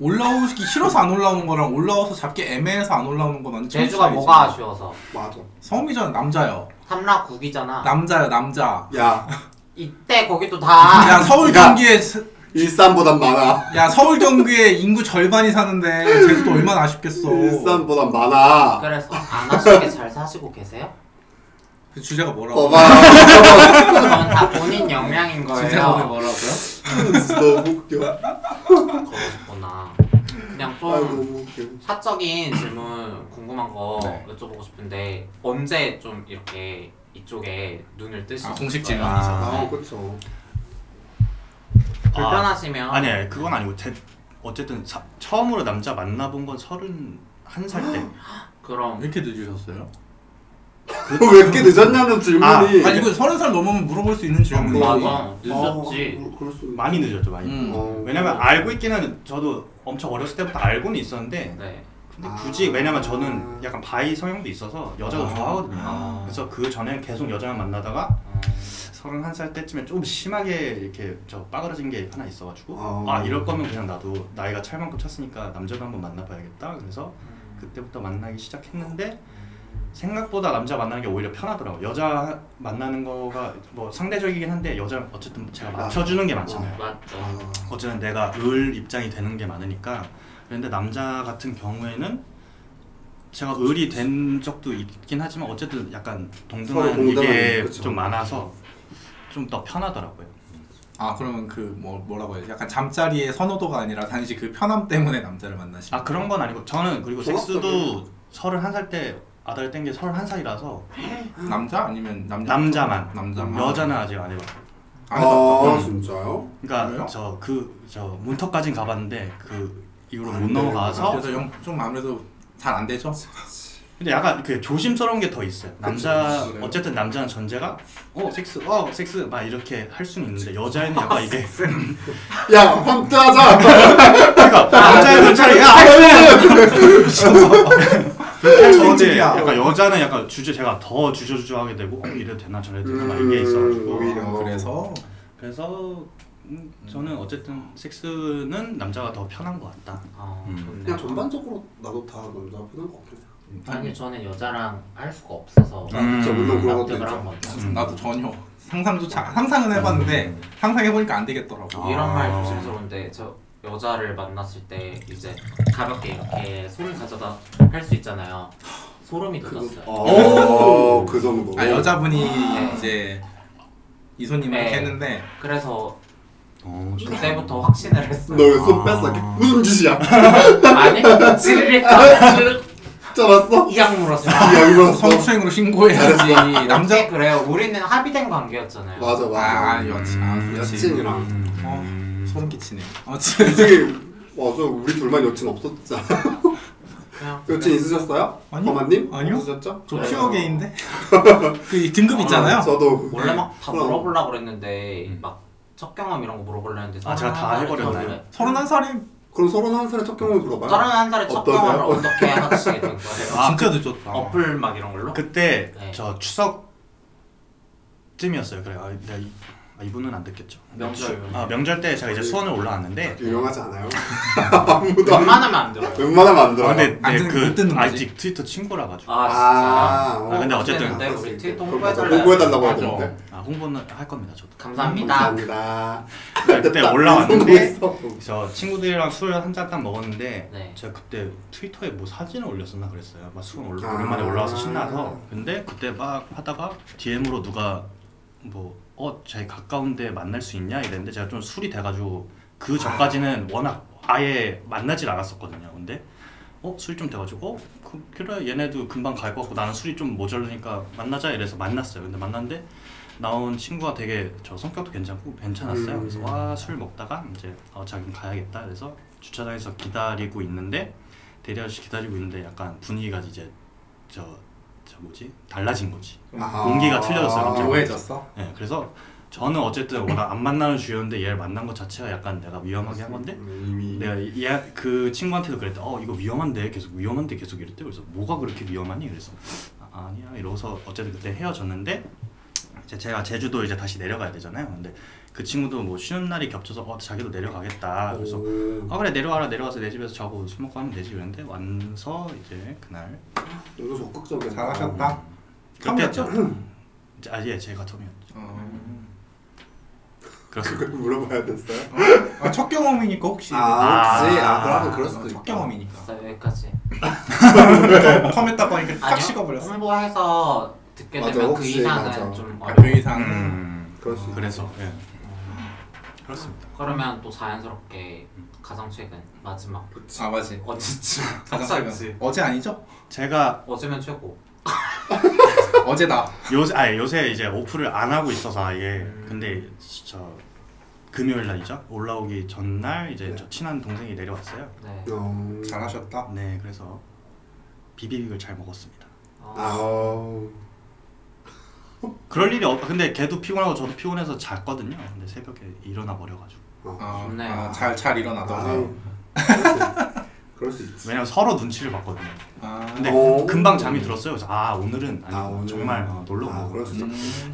S2: 올라오기 싫어서 안 올라오는 거랑 올라와서 잡기 애매해서 안 올라오는 건 완전
S4: 제주가
S2: 차이지.
S4: 뭐가 아쉬워서
S1: 맞아.
S2: 성미전 남자요.
S4: 삼락국이잖아.
S2: 남자요 남자.
S1: 야,
S4: 이때 거기도 다
S2: 야 서울
S1: 야.
S2: 경기에 스-
S1: 일산보단 많아.
S2: 야 서울 경기에 인구 절반이 사는데 제주도 얼마나 아쉽겠어.
S1: 일산보단 많아.
S4: 그래서 안 하시게 잘 사시고 계세요?
S2: 그 주제가 뭐라고?
S1: 봐봐.
S4: 그건 다 본인 역량인
S2: 주제가 오늘
S4: 거예요.
S2: 뭐라고요?
S1: 너무 웃겨.
S4: 그러셨구나. 그냥
S1: 아
S4: 좀
S1: 너무 웃겨.
S4: 사적인 질문 궁금한 거
S2: 네.
S4: 여쭤보고 싶은데 언제 좀 이렇게 이쪽에 눈을 뜨시는
S2: 아, 공식
S4: 거예요?
S2: 질문이잖아.
S1: 아 그렇죠.
S4: 아, 불편하시면
S5: 아니 아니 그건 아니고 제, 어쨌든 사- 처음으로 남자 만나본 건 서른 한 살 때.
S4: 그럼
S2: 왜 이렇게 늦으셨어요?
S1: 왜 이렇게 늦었냐는 질문이.
S5: 아,
S2: 아니 이거 서른 살 넘으면 물어볼 수 있는 질문이에요.
S4: 맞아 그 늦었지
S1: 어, 그럴 수 있-
S5: 많이 늦었죠 많이.
S2: 음.
S1: 어.
S5: 왜냐면 아, 알고 있기는 저도 엄청 어렸을 때부터 알고는
S2: 어.
S5: 있었는데
S4: 네
S5: 근데
S1: 아.
S5: 굳이 왜냐면 저는 약간 바이 성향도 있어서 여자가
S2: 아.
S5: 좋아하거든요.
S4: 아.
S5: 그래서 그 전엔 계속 여자만 만나다가
S4: 음,
S5: 서른 한 살 때쯤에 좀 심하게 이렇게 저 빠그러진 게 하나 있어가지고
S1: 아.
S5: 아 이럴 거면 그냥 나도 나이가 찰만큼 찼으니까 남자를 한번 만나봐야겠다. 그래서
S4: 음.
S5: 그때부터 만나기 시작했는데 생각보다 남자 만나는 게 오히려 편하더라고. 여자 만나는 거가 뭐 상대적이긴 한데 여자 어쨌든 제가 맞춰주는 게 많잖아요.
S4: 맞죠
S1: 아.
S5: 어쨌든 내가 을 입장이 되는 게 많으니까. 그런데 남자 같은 경우에는 제가 을이 된 적도 있긴 하지만 어쨌든 약간
S1: 서로
S5: 동등한
S1: 동등한,
S5: 이게
S1: 그쵸.
S5: 좀 많아서 좀 더 편하더라고요.
S2: 아 그러면 그 뭐 뭐라고 해야지? 약간 잠자리의 선호도가 아니라 단지 그 편함 때문에 남자를 만나시.
S5: 아 그런 건 아니고 저는 그리고 섹스도 서른 한 살 때 아다를 뗀게 서른 한 살이라서
S2: 남자 아니면 남자
S5: 남자만
S2: 남자만
S5: 여자는 아직 안 해봤어요.
S2: 안 해봤다고?
S1: 아, 진짜요?
S5: 그러니까
S2: 그래요?
S5: 저 그 저 문턱까진 가봤는데 그 이후로
S2: 아,
S1: 안
S5: 못
S1: 돼요.
S5: 넘어가서
S2: 그래서 영- 좀 아무래도 잘 안 되죠.
S5: 근데 약간 그 조심스러운 게 더 있어요. 남자
S2: 그래요?
S5: 어쨌든 남자는 전제가 어 섹스 어 섹스 막 이렇게 할 수는 있는데 여자애는 약간 이게
S2: 아,
S1: 야, 헌트하자.
S5: 그러니까
S2: 아, 네.
S5: 남자애는 아, 네. 차라리 야 근데
S2: 솔직이야.
S5: 약간 여자는 약간 주제 제가 더 주저주저하게 되고 어, 이래도 되나 저래도 되나 막 이게
S1: 음,
S5: 있어가지고
S1: 오히려.
S2: 아, 그래서
S5: 그래서 음, 저는 어쨌든 섹스는 남자가 더 편한 것 같다.
S4: 어,
S5: 음.
S4: 좋네요.
S1: 그냥 전반적으로 나도 다 남자 편한 것 같아요.
S2: 음.
S4: 아니 저는 여자랑 할 수가 없어서
S5: 음.
S1: 진짜 물론 그런 것도
S4: 납득을 한
S1: 있죠.
S4: 거죠
S5: 음.
S2: 나도 전혀 상상조차 상상은 해봤는데
S1: 음.
S2: 상상해 보니까 안 되겠더라고.
S5: 아.
S4: 이런 말 조심스러운데 저 여자를 만났을 때 이제 가볍게 이렇게 손을 가져다 할 수 있잖아요 소름이 돋았어요
S1: 오, 그 정도.
S2: 아 여자분이
S4: 아.
S2: 이제 이소님을
S4: 네.
S2: 이렇게 했는데
S4: 그래서
S5: 어,
S4: 그때부터 확신을 했어요
S1: 너손
S5: 아.
S1: 뺐어. 이렇게. 무슨 짓이야?
S4: 아니 지르니까 쭉
S1: 잡았어?
S4: 이양 물었어
S1: 야, 이거 어
S2: 성추행으로 신고해야지 남자
S4: 남자 아, 그래요 우리는 합의된 관계였잖아요
S1: 아, 네. 맞아, 맞아.
S2: 아 여친 아,
S5: 음,
S2: 그렇지. 어,
S1: 여친이랑. 음.
S2: 소름 끼치네. 아,
S1: 솔직히 맞아 우리 둘만 여친 없었잖아
S4: 그냥
S1: 여친 있으셨어요?
S2: 아니요.
S1: 범아님?
S2: 아니요.
S1: 없으셨죠?
S2: 저
S1: 네.
S2: 퓨어게인데 그 등급 있잖아요.
S1: 아, 저도
S4: 원래 막 다
S1: 그럼.
S4: 물어보려고 그랬는데
S5: 음.
S4: 막 첫 경험 이런 거 물어보려 했는데
S5: 아, 제가 다 해버렸나요?
S2: 서른한 살이
S1: 그럼 서른 한 살에 첫 경험을 물어봐요
S4: 서른 한 살에 첫
S1: 아. 어떠세요?
S4: 경험을 어떻게 하시게 된 거예요?
S5: 아,
S2: 진짜 늦었다.
S4: 어플 막 이런 걸로?
S5: 그때
S4: 네.
S5: 저 추석쯤이었어요. 그래, 아, 내가 이, 아, 이분은 안 듣겠죠.
S4: 명절.
S5: 아, 명절 때 제가 이제 수원을 올라왔는데.
S1: 유명하지 않아요?
S4: 웬만하면 안 들어요.
S1: 웬만하면 안 들어
S5: 아, 근데
S2: 안
S5: 내
S2: 듣는- 못 듣는
S5: 그
S2: 거지.
S5: 아직 트위터 친구라 가지고.
S4: 아 진짜.
S1: 어.
S5: 아, 근데 어쨌든.
S4: 근데 우리 트위터
S1: 그럼
S4: 홍보해달라고
S1: 홍보해달라고 해야
S2: 하죠.
S1: 되는데 음,
S5: 아, 홍보는 할 겁니다, 저도.
S4: 감사합니다.
S1: 감사합니다
S5: 그때
S1: 됐다.
S5: 올라왔는데
S1: 성공했어.
S5: 저 친구들이랑 술 한 잔 딱 먹었는데
S4: 네.
S5: 제가 그때 트위터에 뭐 사진을 올렸었나 그랬어요. 막 수건 올라,
S1: 아.
S5: 오랜만에 올라와서 신나서 근데 그때 막 하다가 DM으로 누가 뭐어제 가까운데 만날 수 있냐 이랬는데 제가 좀 술이 돼가지고 그 전까지는 워낙 아예 만나질 않았었거든요. 근데 어 술이 좀 돼가지고 어 그, 그래 얘네도 금방 갈 것 같고 나는 술이 좀 모자르니까 만나자 이래서 만났어요. 근데 만났는데 나온 친구가 되게 저 성격도 괜찮고 괜찮았어요. 그래서
S1: 음.
S5: 와 술 먹다가 이제 어 자기 가야겠다. 그래서 주차장에서 기다리고 있는데 대리아저씨 기다리고 있는데 약간 분위기가 이제 저 저 뭐지 달라진 거지.
S1: 아.
S5: 공기가 틀려졌어요, 갑자기.
S2: 오해졌어.
S5: 예, 그래서 저는 어쨌든 워낙 안 만나는 주였는데 얘를 만난 것 자체가 약간 내가 위험하게 한 건데 네,
S1: 이미
S5: 내가 얘 그 친구한테도 그랬다. 어 이거 위험한데 계속 위험한데 계속 이랬대. 그래서 뭐가 그렇게 위험하니? 그래서 아, 아니야 이러고서 어쨌든 그때 헤어졌는데 이제 제가 제주도 이제 다시 내려가야 되잖아요. 근데 그 친구도 뭐 쉬는 날이 겹쳐서 어 자기도 내려가겠다. 그래서
S1: 오.
S5: 아 그래 내려와라 내려와서 내 집에서 자고 술 먹고 하면 되지 그랬는데 와서 이제 그날
S1: 이거 적극적이야.
S3: 잘하셨다.
S5: 그때였죠. 이제 아예 제가 처음이었죠.
S2: 어,
S5: 그렇습니다.
S1: 그걸 물어봐야 됐어요?
S2: 아, 첫 경험이니까 혹시
S1: 아, 혹시 아,
S5: 아,
S1: 그러면 그럴 수도
S2: 첫
S1: 있다. 네.
S2: 경험이니까
S4: 자, 여기까지.
S2: 컴했다 보니까 딱
S4: 아니요, 네?
S2: 식어버렸어
S4: 홍보해서 듣게
S1: 맞아,
S4: 되면 그
S1: 혹시,
S4: 이상은
S1: 맞아.
S4: 좀
S2: 아,
S4: 어려워.
S2: 그 이상 은
S5: 음,
S1: 그럴 수 있다.
S5: 그래서 예. 그렇습니다.
S4: 그러면 또 자연스럽게 가장 최근 마지막
S2: 아 맞지
S4: 어제쯤
S2: 가장
S4: 갑자기.
S2: 최근 어제 아니죠?
S5: 제가
S4: 어제면 최고.
S2: 어제다
S5: 요새 아 요새 이제 오프를 안 하고 있어서 아예
S1: 음.
S5: 근데 진짜 금요일 날이죠 올라오기 전날 이제
S1: 네.
S5: 저 친한 동생이 내려왔어요.
S4: 네.
S1: 어.
S2: 잘하셨다
S5: 네 그래서 비비빅을 잘 먹었습니다.
S1: 아,
S4: 어,
S1: 어.
S5: 그럴 일이 없 근데 걔도 피곤하고 저도 피곤해서 잤거든요. 근데 새벽에 일어나 버려가지고
S2: 아,
S4: 좋네.
S2: 아, 잘, 잘 일어나더라
S1: 아유. 그럴 수- 그럴 수 있지.
S5: 왜냐면 서로 눈치를 봤거든요.
S2: 아,
S5: 근데
S1: 오.
S5: 금방 잠이 들었어요. 그래서 아 오늘은 아니
S1: 아, 오늘.
S5: 정말 어, 놀러
S1: 아,
S5: 온
S1: 그럴
S5: 거.
S1: 수 있지.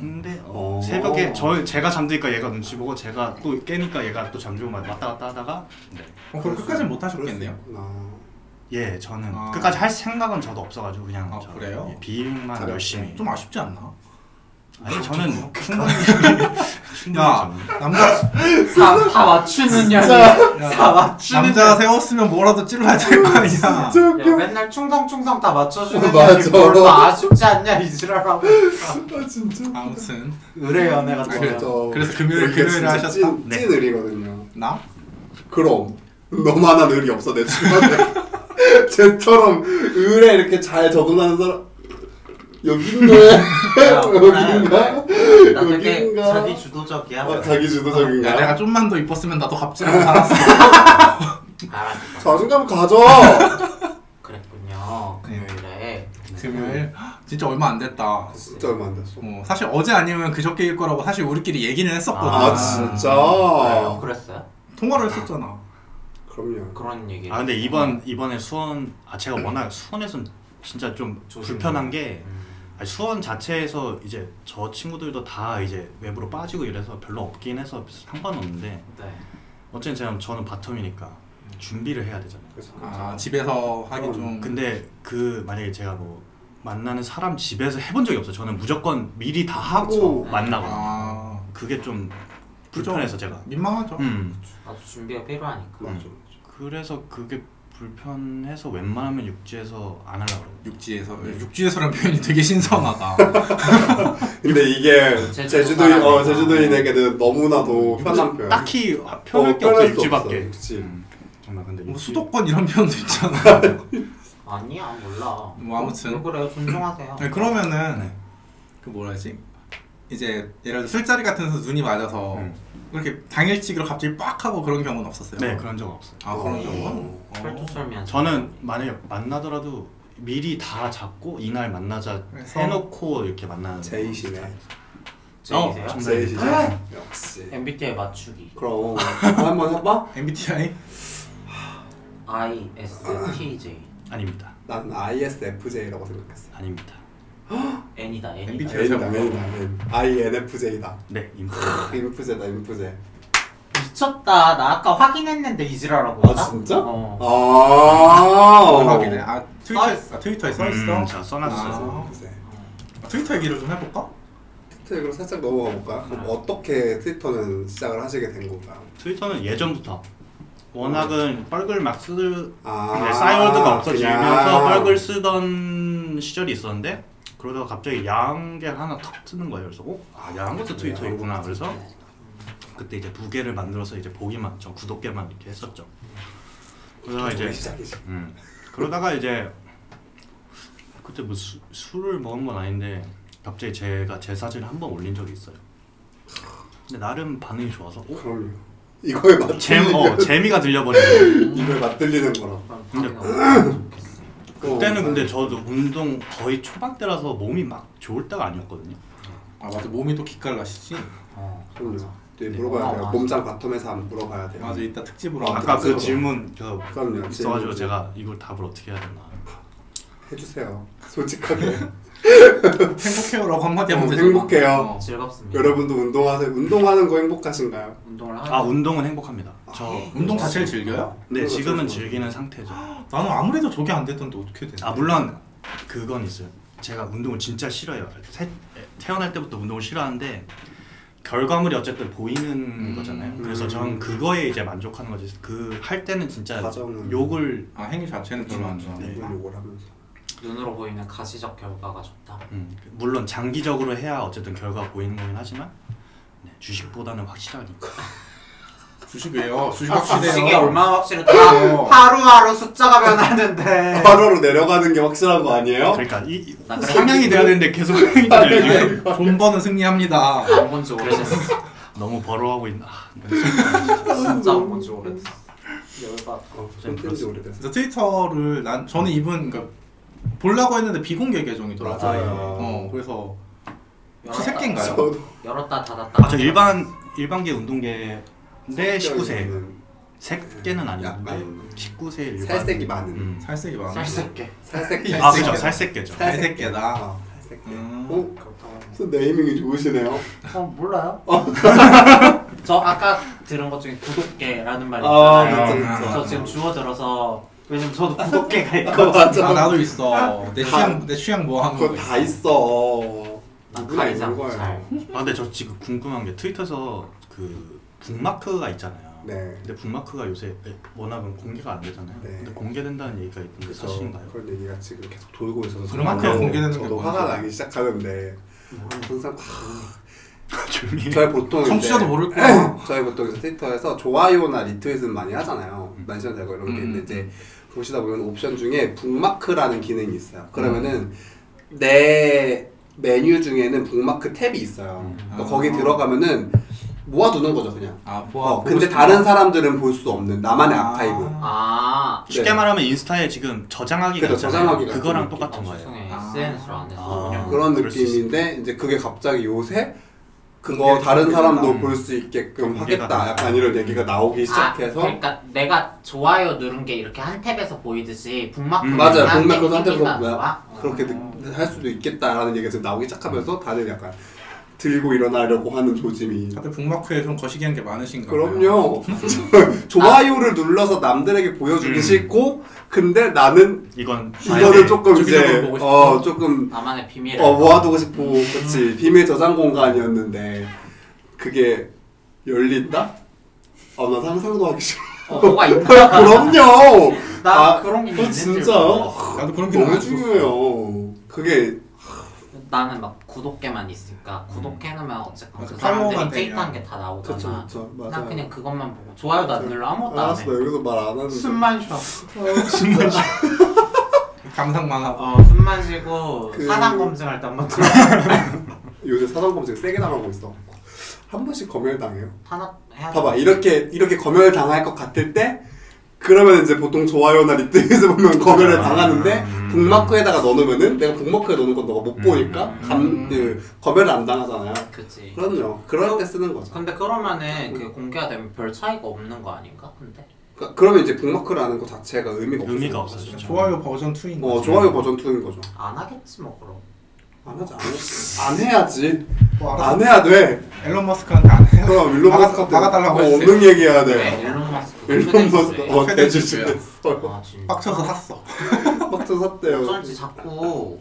S4: 음.
S5: 근데
S1: 오.
S5: 어, 새벽에 저 제가 잠드니까 얘가 눈치 보고 제가 또 깨니까 얘가 또 잠들고 막 왔다 갔다 하다가 네.
S2: 어, 그럼 끝까지는 못 하셨겠네요
S1: 아,
S5: 예, 저는
S2: 아.
S5: 끝까지 할 생각은 저도 없어가지고 그냥
S2: 아,
S5: 저
S2: 그래요?
S5: 예, 비행만
S1: 잘했지.
S5: 열심히.
S2: 좀 아쉽지 않나?
S5: 아니 저는 충분히 충분히
S2: 야.
S5: 저는
S2: 남자
S4: 다, 다 맞추는 년이 다 맞추는
S2: 남자 세웠으면 뭐라도 찔러야 될 거 아니야
S4: 야, 맨날 충성충성 다 맞춰주는
S1: 맞아.
S4: 년이 뭘로 아쉽지 않냐 이 지랄하고
S1: 아 진짜. 아,
S2: 아무튼
S4: 의뢰 연애 같은
S2: 그래.
S4: 거
S2: 그래서 금요일-
S1: 이렇게
S2: 금요일에
S1: 진짜
S2: 하셨다?
S1: 찐,
S5: 네.
S1: 찐 의리거든요.
S2: 나?
S1: 그럼 너만 한 의리 없어 내 주변에. 쟤처럼 의뢰 이렇게 잘 적응하는 사람 여기 있네. 여기인가?
S4: 나 되게
S1: 여기인가?
S4: 자기 주도적이야
S1: 아, 자기 주도적인가?
S2: 야 내가 좀만 더 이뻤으면 나도 갑질하고 살았어
S4: 알았어
S1: 자신감 가져.
S4: 아, 그랬군요 금요일에 네.
S2: 금요일 진짜 얼마 안 됐다
S1: 진짜 얼마 안 됐어.
S2: 어, 사실 어제 아니면 그저께일 거라고 사실 우리끼리 얘기는 했었거든
S1: 아, 진짜. 아.
S4: 그래요? 그랬어요?
S2: 통화를 했었잖아
S1: 그럼요.
S4: 그런 얘기를
S5: 아 근데 이번 이번에 수원 아 제가 워낙 수원에선 진짜 좀
S4: 조심해.
S5: 불편한 게
S4: 음,
S5: 아니, 수원 자체에서 이제 저 친구들도 다 이제 외부로 빠지고 이래서 별로 없긴 해서 상관없는데
S4: 네.
S5: 어쨌든 제가 저는 바텀이니까 준비를 해야 되잖아요.
S1: 그래서
S2: 아 집에서 하기 좀
S5: 근데 그 만약에 제가 뭐 만나는 사람 집에서 해본 적이 없어요. 저는 무조건 미리 다 하고
S1: 그쵸.
S5: 만나거든요.
S2: 아
S5: 그게 좀 불편해서 제가.
S2: 민망하죠
S5: 음.
S4: 아주 준비가 필요하니까
S1: 맞아.
S5: 그래서 그게 불편해서 웬만하면 육지에서 안 하려고 그래요.
S2: 육지에서 육지에서란 표현이 되게 신선하다
S1: 근데 이게
S4: 제주도
S1: 제주도인 어
S4: 사람이구나.
S1: 제주도인에게는 너무나도 편한 표현.
S5: 음, 딱히 표현할 게 없어요. 육지밖에.
S1: 그치.
S5: 음. 정말 근데
S2: 뭐
S5: 육지-
S2: 수도권 이런 표현도 있잖아 네,
S4: 아니야 몰라
S2: 뭐 아무튼.
S4: 왜 그래요 존중하세요
S2: 네, 그러면은 그 뭐라 하지 이제 예를 들어 술자리 같은 데서 눈이 맞아서
S5: 음.
S2: 이렇게 당일치기로 갑자기 빡 하고 그런 경우는 없었어요
S5: 네 그런 적 없어요.
S2: 아 그런 경우
S1: 어.
S4: 설투설미한
S5: 저는 만약에 만나더라도 미리 다 잡고 이날 만나자
S2: 그래서
S5: 해놓고 이렇게 만나는
S1: 제이시네.
S5: 스타일이었어요.
S4: 제이세요?
S5: 어, 정말.
S1: 제이시죠.
S4: 아!
S1: 역시.
S4: MBTI 맞추기
S1: 그럼 한번 해봐.
S2: MBTI
S4: ISTJ
S5: 아닙니다.
S1: 난 ISFJ라고 생각했어.
S5: 아닙니다.
S4: N이다 N이다
S2: MBTI.
S1: N이다, N이다, N. INFJ다.
S5: 네 인포.
S1: 인프제다, 인프제.
S4: 미쳤다. 나 아까 확인했는데 이지라라고.
S1: 아, 진짜?
S4: 어.
S1: 아.
S2: 확인해 아 트위터
S4: 써있어.
S2: 아, 트위터에 써 있어
S5: 음, 제가 써놨어요.
S2: 아.
S1: 인프제.
S2: 아, 트위터 얘기를 좀 해볼까
S1: 트위터로 살짝 넘어가 볼까? 그럼 어떻게 트위터는 시작을 하시게 된 건가?
S5: 트위터는 예전부터 워낙은 뻘글 막 쓰던
S1: 아.
S5: 싸이월드가 네, 없어지면서
S1: 그냥.
S5: 뻘글 쓰던 시절이 있었는데 그러다가 갑자기 양계 하나 탁 뜨는 거예요. 그래서 어? 아 양계도 트위터 있구나. 그래서 그때 이제 부계를 만들어서 이제 보기만 저 구독계만 이렇게 했었죠. 그러다가
S1: 그게
S5: 아, 이제
S1: 시작이지.
S5: 음. 그러다가 이제 그때 뭐 수, 술을 먹은 건 아닌데 갑자기 제가 제 사진을 한 번 올린 적이 있어요. 근데 나름 반응이 좋아서 어?
S1: 그럼요. 이거에 맞.
S5: 재, 어, 재미가 들려버리는 거예요.
S1: 이거에 맞들리는 거라.
S4: 그럼
S5: 근데-
S4: 확인하고 좋겠어.
S5: 그때는 근데 저도 운동 거의 초반 때라서 몸이 막 좋을 때가 아니었거든요.
S2: 아 맞아 몸이 또 기깔나시지?
S4: 어,
S1: 그럼요.
S4: 맞아.
S1: 네,
S4: 어,
S1: 물어봐야 돼요.
S4: 맞아.
S1: 몸짱 바텀에서 한번 네. 물어봐야 돼요.
S2: 맞아 이따 특집으로 한번
S5: 아까 그
S2: 해보자.
S5: 질문 저
S1: 그럼요.
S5: 있어가지고
S1: 질문
S5: 제가 이걸 답을 어떻게 해야 되나
S1: 해주세요. 솔직하게.
S2: 행복해요라고 한마디 하면
S1: 어,
S2: 되죠.
S1: 행복해요.
S2: 어.
S4: 즐겁습니다.
S1: 여러분도 운동하세요. 운동하는 거 행복하신가요?
S4: 운동을 하는
S5: 아 운동은 행복합니다 저
S2: 운동 자체를 즐겨요?
S5: 네 지금은
S1: 그래서-
S5: 즐기는 상태죠
S2: 나는 아무래도 네. 저게 안 됐던데 어떻게 되냐?
S5: 아 물론 그건 있어요. 제가 운동을 진짜 싫어요. 태, 태어날 때부터 운동을 싫어하는데 결과물이 어쨌든 보이는
S2: 음.
S5: 거잖아요. 그래서 전 그거에 이제 만족하는 거지. 그 할 때는 진짜
S1: 과정은.
S5: 욕을
S2: 아 행위 자체는 별로 안 좋아.
S5: 네.
S1: 이걸 욕을 하면서.
S4: 눈으로 보이는 가시적 결과가 좋다.
S5: 음, 물론 장기적으로 해야 어쨌든 결과가 보이는 거긴 하지만 네, 주식보다는
S1: 그
S5: 확실하니까.
S2: 주식이에요. 어. 주식
S4: 아, 주식이
S2: 확실해요.
S4: 얼마나 확실해? 다 하루하루 숫자가 변하는데.
S1: 바로로 내려가는 게 확실한 거 아니에요?
S5: 그러니까 이, 이
S4: 나 그래.
S5: 상향이 돼야 되는데 계속 상향이
S1: 아,
S5: 되네.
S2: 존버는 승리합니다.
S4: 안본지 오래됐어.
S5: 너무 버러워하고 있나. 아,
S4: 진짜 안본지 오래됐어. 열받아.
S1: 어, 콘텐츠 오래됐어.
S2: 그래서 트위터를 난 저는 이분 그러니까 보려고 했는데 비공개 계정이더라고요.
S1: 맞아요.
S2: 어 그래서 혹시
S4: 열었다-
S2: 새끼인가요?
S1: 저도
S4: 열었다 닫았다.
S5: 아, 저 일반 일반계 운동계 내 19세 새끼는 아니었는데
S1: 약간.
S5: 19세 일반
S1: 살색이 많은.
S5: 음.
S2: 살색이 많아.
S4: 쌀쌀게.
S1: 살색.
S5: 아 그죠 살색계죠
S1: 살-
S2: 살색계다.
S1: 아, 살색.
S2: 음.
S1: 어? 무슨 네이밍이 좋으시네요.
S4: 어 몰라요. 저 아까 들은 것 중에 구독계라는 말
S1: 아,
S4: 있잖아요.
S2: 맞아, 맞아.
S4: 저 지금 주워 들어서 왜냐면 저도 구독계가 있고
S1: 그거
S2: 아,
S1: 맞아.
S2: 나도 있어. 내
S1: 다-
S2: 취향 내 취향 뭐 하는
S1: 그거
S2: 거
S1: 다 있어. 누구나
S4: 난
S1: 있는
S4: 가리장
S1: 거예요.
S4: 잘.
S5: 아 근데 저 지금 궁금한 게 트위터에서 그 북마크가 있잖아요
S1: 네.
S5: 근데 북마크가 요새 워낙은 공개가 안 되잖아요
S1: 네.
S5: 근데 공개된다는 얘기가 있던데
S1: 그래서
S5: 사실인가요?
S1: 그런 얘기가 지금 계속 돌고 있어서
S2: 그만큼
S1: 저도
S2: 공개되는 게
S1: 저도
S2: 뭐예요?
S1: 화가 나기 시작하는데 항상
S5: 조용히 해
S1: 저희 보통
S2: 청취자도
S1: 이제-
S2: 모를 거야.
S1: 저희 보통 이제 트위터에서 좋아요나 리트윗은 많이 하잖아요. 만션 되고 이런 게
S2: 음.
S1: 있는데 이제 보시다 보면 옵션 중에 북마크라는 기능이 있어요. 그러면은
S2: 음.
S1: 내 메뉴 중에는 북마크 탭이 있어요.
S5: 음.
S1: 그러니까
S2: 아.
S1: 거기 들어가면은 모아두는 거죠 그냥.
S2: 아 보아.
S1: 어,
S2: 보고
S1: 근데
S2: 싶다.
S1: 다른 사람들은 볼 수 없는 나만의
S2: 아.
S1: 아. 카이브
S4: 아.
S5: 쉽게
S1: 네.
S5: 말하면 인스타에 지금 저장하기가
S1: 그죠,
S5: 있잖아요
S1: 저장하기가
S5: 그거랑
S1: 있는
S5: 똑같은
S4: 아,
S5: 거예요
S4: 죄송해.
S2: 아.
S4: SNS로 안
S5: 아.
S4: 해서 운영.
S1: 그런
S5: 그럴 수
S1: 느낌인데 이제 그게 갑자기 요새 그거
S2: 공개가
S1: 다른 사람도
S5: 된다.
S1: 볼 수 있게끔
S5: 공개가
S1: 하겠다
S5: 된다.
S1: 약간 이런 얘기가 나오기
S4: 아,
S1: 시작해서
S4: 그러니까 내가 좋아요 누른 게 이렇게 한 탭에서 보이듯이 북마크
S5: 음,
S1: 맞아요.
S4: 한
S1: 동맥
S4: 탭이
S1: 그거 한테
S4: 생긴다는
S1: 뭐야?
S4: 거야?
S1: 그렇게
S4: 어.
S1: 느- 할 수도 있겠다라는 얘기가 지금 나오기 시작하면서 다들 약간 들고 일어나려고 하는 조짐이.
S2: 다들 북마크에 좀 거시기한 게 많으신가 봐요.
S1: 그럼요. 좋아요를 눌러서 남들에게 보여주기
S5: 음.
S1: 싫고, 근데 나는
S5: 이건
S1: 이거를 조금
S2: 주기적으로
S1: 이제
S2: 아, 보고 음. 싶고.
S1: 어 조금
S4: 나만의 비밀.
S1: 어 모아두고 싶고, 그렇지 비밀 저장 공간이었는데 그게 열린다? 아나 상상도 하기 싫어.
S4: 어, 뭐가 있나?
S1: 그럼요. 아,
S4: 나 그런 게
S1: 그거
S4: 있는지
S1: 진짜
S4: 몰랐어.
S2: 나도 그런 게
S1: 너무
S2: 많았었어.
S1: 중요해요. 그게
S4: 나는 막 구독계만 있으니까 구독해놓으면 어쨌건
S2: 맞아,
S4: 그
S2: 팔로워가
S4: 사람들이
S2: 되냐.
S4: 데이트한 게 다 나오잖아.
S1: 그러니까 그쵸 그쵸
S4: 난
S1: 맞아요.
S4: 그냥 그것만 보고 좋아요 안 눌러 아무것도 안
S1: 알았어
S4: 해.
S1: 나 여기서 말 안 하는데.
S4: 숨만 쉬어.
S2: 감상만 하고.
S4: 어, 숨만 쉬고
S1: 그-
S4: 사상 검증할 때 한번 들어.
S1: 요새 사전 검증 세게 당하고 있어. 한 번씩 검열 당해요.
S4: 하나 해야 돼.
S1: 봐봐 이렇게 이렇게 검열 당할 것 같을 때 그러면 이제 보통 좋아요나 리트에서 보면 검열을 당하는데 북마크에다가 넣어놓으면은 내가 북마크에 넣는 건 너가 못 보니까 감 그, 검열을 안 당하잖아요.
S4: 그치.
S1: 그럼요. 그럴 때 쓰는 거죠.
S4: 근데
S1: 음.
S4: 그러면은 그 공개가 되면 별 차이가 없는 거 아닌가? 근데
S1: 그러니까 그러면 이제 북마크라는 것 자체가 의미가 없어.
S5: 의미가 없어지죠.
S2: 좋아요 버전 2인
S1: 어 좋아요 버전 2인 거죠.
S4: 안 하겠지 뭐 그럼.
S1: 안 하지 안 하지. 안 해야지.
S2: 뭐 알아서
S1: 안 해야 돼.
S2: έλ론 머스크한테 안 해요.
S1: 그럼 윌로
S2: 막아-
S1: 마스카트
S2: 막아달라고
S1: 어,
S2: 해주세요.
S1: 없는 얘기해야
S4: 네.
S1: 돼.
S4: 일론 머스크.
S1: 윌로
S4: 초대
S1: 마스카트
S4: 주제예요. 네.
S1: 어
S2: 최대
S1: 대주주
S2: 주주야.
S1: 됐어요.
S4: 아 진짜.
S2: 빡쳐서 샀어.
S1: 막차 샀대요.
S4: 어쩐지 자꾸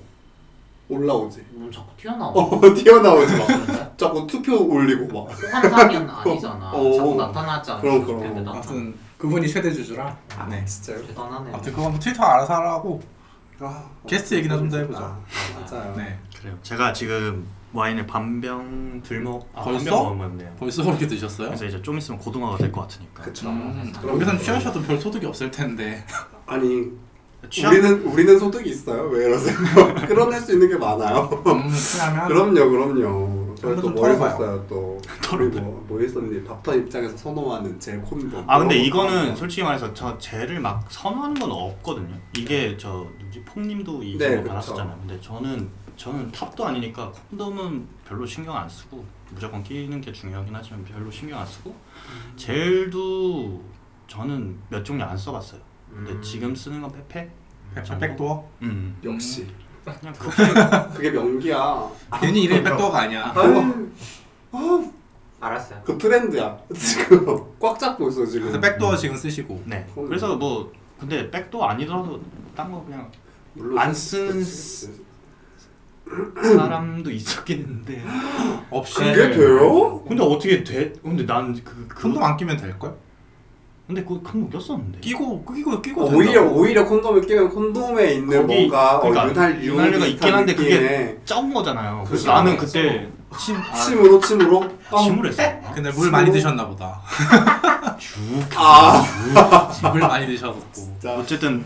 S1: 올라오지.
S4: 몸 자꾸 튀어나와.
S1: 어 튀어나오지 막.
S4: 그런데?
S1: 자꾸 투표 올리고 막.
S4: 환상은 아니잖아.
S1: 어, 어.
S4: 자꾸 나타나지 않았으면
S1: 그럼, 그럼.
S4: 좋겠는데 나
S2: 아무튼 그분이 최대 주주라.
S1: 아,
S2: 네.
S1: 진짜요?
S4: 대단하네.
S2: 아무튼 그거 한번 트위터 알아서 하라고.
S1: 아,
S2: 게스트 얘기나 좀더 해보자.
S1: 아, 맞아요.
S2: 네.
S5: 그래요 제가 지금 와인을 반병 들먹 아,
S2: 벌써?
S5: 반병 먹었네요
S2: 벌써 그렇게 드셨어요?
S5: 그래서 이제 좀 있으면 고등어가 될 것 같으니까
S1: 그쵸.
S4: 음.
S1: 그럼-
S2: 음. 여기선 취하셔도 별 소득이 없을 텐데.
S1: 아니
S5: 취향
S1: 그 우리는 우리는 소득이 있어요. 왜 이러세요? 끌어낼 수 있는 게 많아요.
S2: 음, 그러면
S1: 그럼요, 그럼요. 저희
S2: 한번 좀
S1: 또뭐
S2: 털어봐요.
S1: 했었어요 또. 우리
S5: 털어봐요.
S1: 뭐, 뭐 했었니? 밥터 입장에서 선호하는 제 콘돔.
S5: 아 근데
S1: 그런
S5: 이거는
S1: 거.
S5: 솔직히 말해서 저 쟤를 막 선호하는 건 없거든요. 이게 저 누구지 폼님도
S1: 네,
S5: 이거
S1: 그쵸.
S5: 받았었잖아요. 근데 저는 저는 탑도 아니니까 콘돔은 별로 신경 안 쓰고 무조건 끼는 게 중요하긴 하지만 별로 신경 안 쓰고 젤도 저는 몇 종류 안 써봤어요. 근데
S3: 음.
S5: 지금 쓰는 건 페페.
S2: 백- 백도어?
S5: 음.
S1: 역시
S5: 그냥 그렇게
S1: 그게 명기야.
S2: 괜히 이름이 백도어가 아니야.
S1: 아유,
S4: 알았어요.
S1: 그 트렌드야. 지금 꽉 잡고 있어 지금.
S2: 그래서 백도어 지금 쓰시고
S5: 네. 그래서 뭐 근데 백도 아니더라도 딴 거 그냥
S1: 물론
S5: 안 쓰는
S1: 그치.
S5: 사람도 있었긴 했는데.
S2: 없이
S1: 그게 돼요?
S5: 네. 근데 어떻게 돼? 근데 난그
S2: 콘돔 안 끼면 될 걸?
S5: 근데 그 큰거 꼈었는데.
S2: 끼고 끼고 끼고
S1: 어, 오히려
S2: 된다고.
S1: 오히려 콘돔을 끼면 콘돔에 있는
S5: 거기-
S1: 뭔가
S5: 그러니까
S1: 어, 윤활
S5: 윤활유가
S1: 유가
S5: 있긴 한데 그게
S1: 그게
S5: 적은 거잖아요. 그래서
S1: 그죠.
S5: 나는 그때 침 아,
S1: 침으로 침으로 빵.
S5: 침을 했어.
S2: 근데 물 많이
S1: 쓰고-
S2: 드셨나 보다.
S5: 쭉.
S1: 아
S2: 물 많이 드셔갖고
S1: 진짜
S5: 어쨌든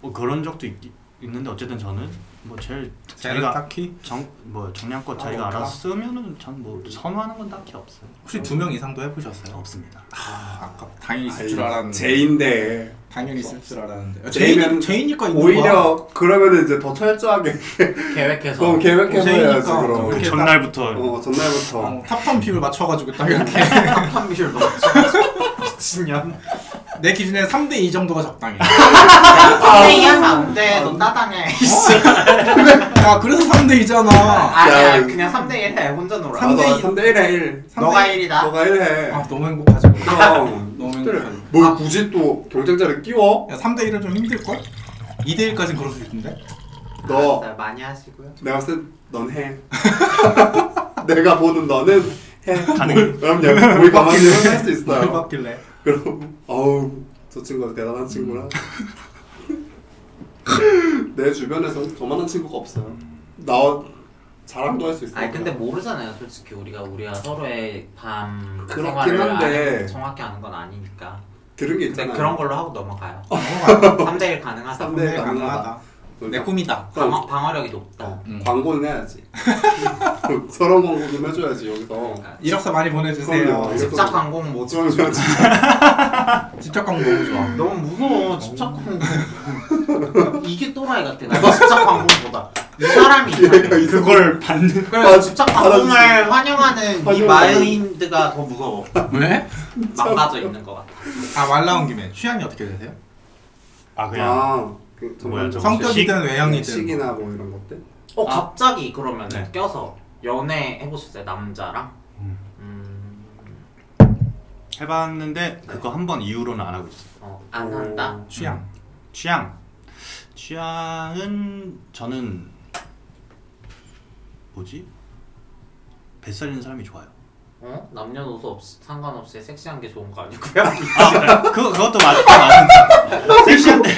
S5: 뭐 그런 적도 있, 있는데 어쨌든 저는 뭐 제일
S2: 쟤는
S5: 자기가
S2: 딱히
S5: 정 뭐 정량껏
S1: 아,
S5: 자기가
S1: 뭘까?
S5: 알아서 쓰면은 전 뭐 선호하는 건 딱히 없어요.
S2: 혹시 두 명 이상도 해보셨어요?
S5: 없습니다.
S2: 아, 아까 당연히 있을 줄
S1: 아이,
S2: 알았는데
S1: 제인데
S2: 당연히 있을 줄 알았는데
S1: 제이면
S2: 제인 제인이니까 있는 거야.
S1: 오히려 그러면 이제 더 철저하게
S4: 계획해서
S1: 그럼 계획해서
S2: 제이니까
S1: 해야지 그럼.
S5: 그
S2: 그렇게
S5: 전날부터
S1: 어 전날부터
S2: 어, 탑턴 핍을 맞춰가지고 딱 이렇게
S3: 탑한 비율 넣어.
S5: 미친년.
S2: 내 기준에 3대 2 정도가 적당해.
S4: 선생님
S1: 아.
S4: 하면 안 돼. 넌 따당해. 어.
S2: 야 그래서 3대 2잖아.
S1: 어. 야,
S4: 아니야. 그냥 3대 1 해. 혼자 놀아.
S2: 삼- 3대
S1: 3대 1에 1
S4: 너가 1이다.
S1: 너가 1해
S2: 아 너무 행복하지.
S1: 그럼
S2: 너무 행복하지.
S1: 뭘 굳이 또 경쟁자를 끼워?
S2: 야 3대 1은 좀 힘들 걸? 2대 1까지는 그럴 수 있는데.
S1: 너
S4: 많이 하시고요.
S1: 내가 봤을 땐넌해 내가 보는 너는 해
S5: 가능.
S1: 그럼 여기 우리 가만히 할수 있어요
S2: 바뀔래?
S1: 그럼 어우 저 친구가 대단한 친구라 내 주변에서 저만한 친구가 없어요 나 자랑도 할 수 있어요
S4: 아니 근데 뭐 모르잖아요. 솔직히 우리가 우리가 서로의 밤
S1: 그렇긴
S4: 생활을
S1: 한데.
S4: 아는- 정확히 아는 건 아니니까.
S1: 들은 게
S4: 근데
S1: 있잖아
S4: 그런 걸로 하고 넘어가요.
S2: 넘어가.
S4: 3대 1 가능하다.
S1: 삼
S2: 3대
S1: 대
S2: 1 가능하다. 그러니까. 내 꿈이다.
S4: 방어, 방어력이 높다.
S1: 어,
S2: 음.
S1: 그러니까 광고는 해야지 저런 광고 좀 해줘야지 여기서
S4: 그러니까
S2: 이력서 많이 보내주세요.
S1: 그럼요.
S4: 뭐 집착 광공 못
S1: 어쩌면 좋아지
S2: 직접 광고 너무 좋아.
S4: 너무 무서워 집착 광고 이게 또라이 같아 나 집착 광고보다 이 사람이
S1: 얘가
S4: 이상해
S1: 이
S5: 그걸 받는
S4: 그래서
S1: 아,
S4: 집착 광고를 환영하는 이
S1: 환영하는
S4: 마인드가 더 무서워
S2: 왜?
S4: 망가져 있는 것 같아
S2: 아 말 나온 김에 취향이 어떻게 되세요?
S5: 아 그냥
S1: 아, 그
S5: 뭐야,
S1: 전반적으로
S2: 성격이든 외형이든
S1: 식이나 뭐 이런 것들
S4: 어
S5: 아.
S4: 갑자기 그러면
S5: 네.
S4: 껴서 연애 해보셨어요 남자랑
S5: 음.
S4: 음,
S5: 해봤는데 그거 한 번 이후로는 안 하고 있어. 요
S4: 어, 안 한다
S2: 취향.
S5: 취향 취향은 저는 뭐지 뱃살 있는 사람이 좋아요.
S4: 어? 남녀노소 없이 상관없이 섹시한 게 좋은 거 아니고요
S5: 아 그거 그것도 맞- 맞는 섹시한데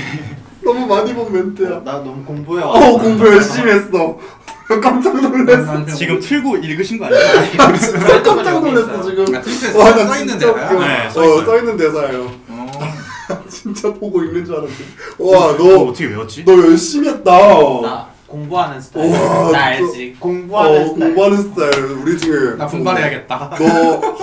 S1: 너무 많이 본 멘트야
S3: 나 너무 공부해.
S1: 어 공부 열심히 했어 깜짝
S2: 음,
S1: 놀랐어
S5: 지금 틀고 읽으신 거 아니에요?
S1: 진짜 깜짝 놀랐어 지금
S2: 아, 트위터에
S1: 와,
S2: 써-
S1: 나
S2: 써 있는
S1: 진짜
S2: 데가요?
S1: 웃겨.
S5: 네,
S1: 어,
S5: 써있어요.
S1: 써있는 대사예요
S2: 어.
S1: 진짜 보고 읽는 줄 알았는데
S5: 뭐,
S1: 아, 와너너
S5: 어떻게 외웠지?
S1: 열심히 했다
S4: 나 공부하는 스타일
S1: 우와,
S4: 나 알지 공부하는
S1: 어,
S4: 스타일
S1: 공부하는 스타일 우리 중에
S2: 나 분발해야겠다.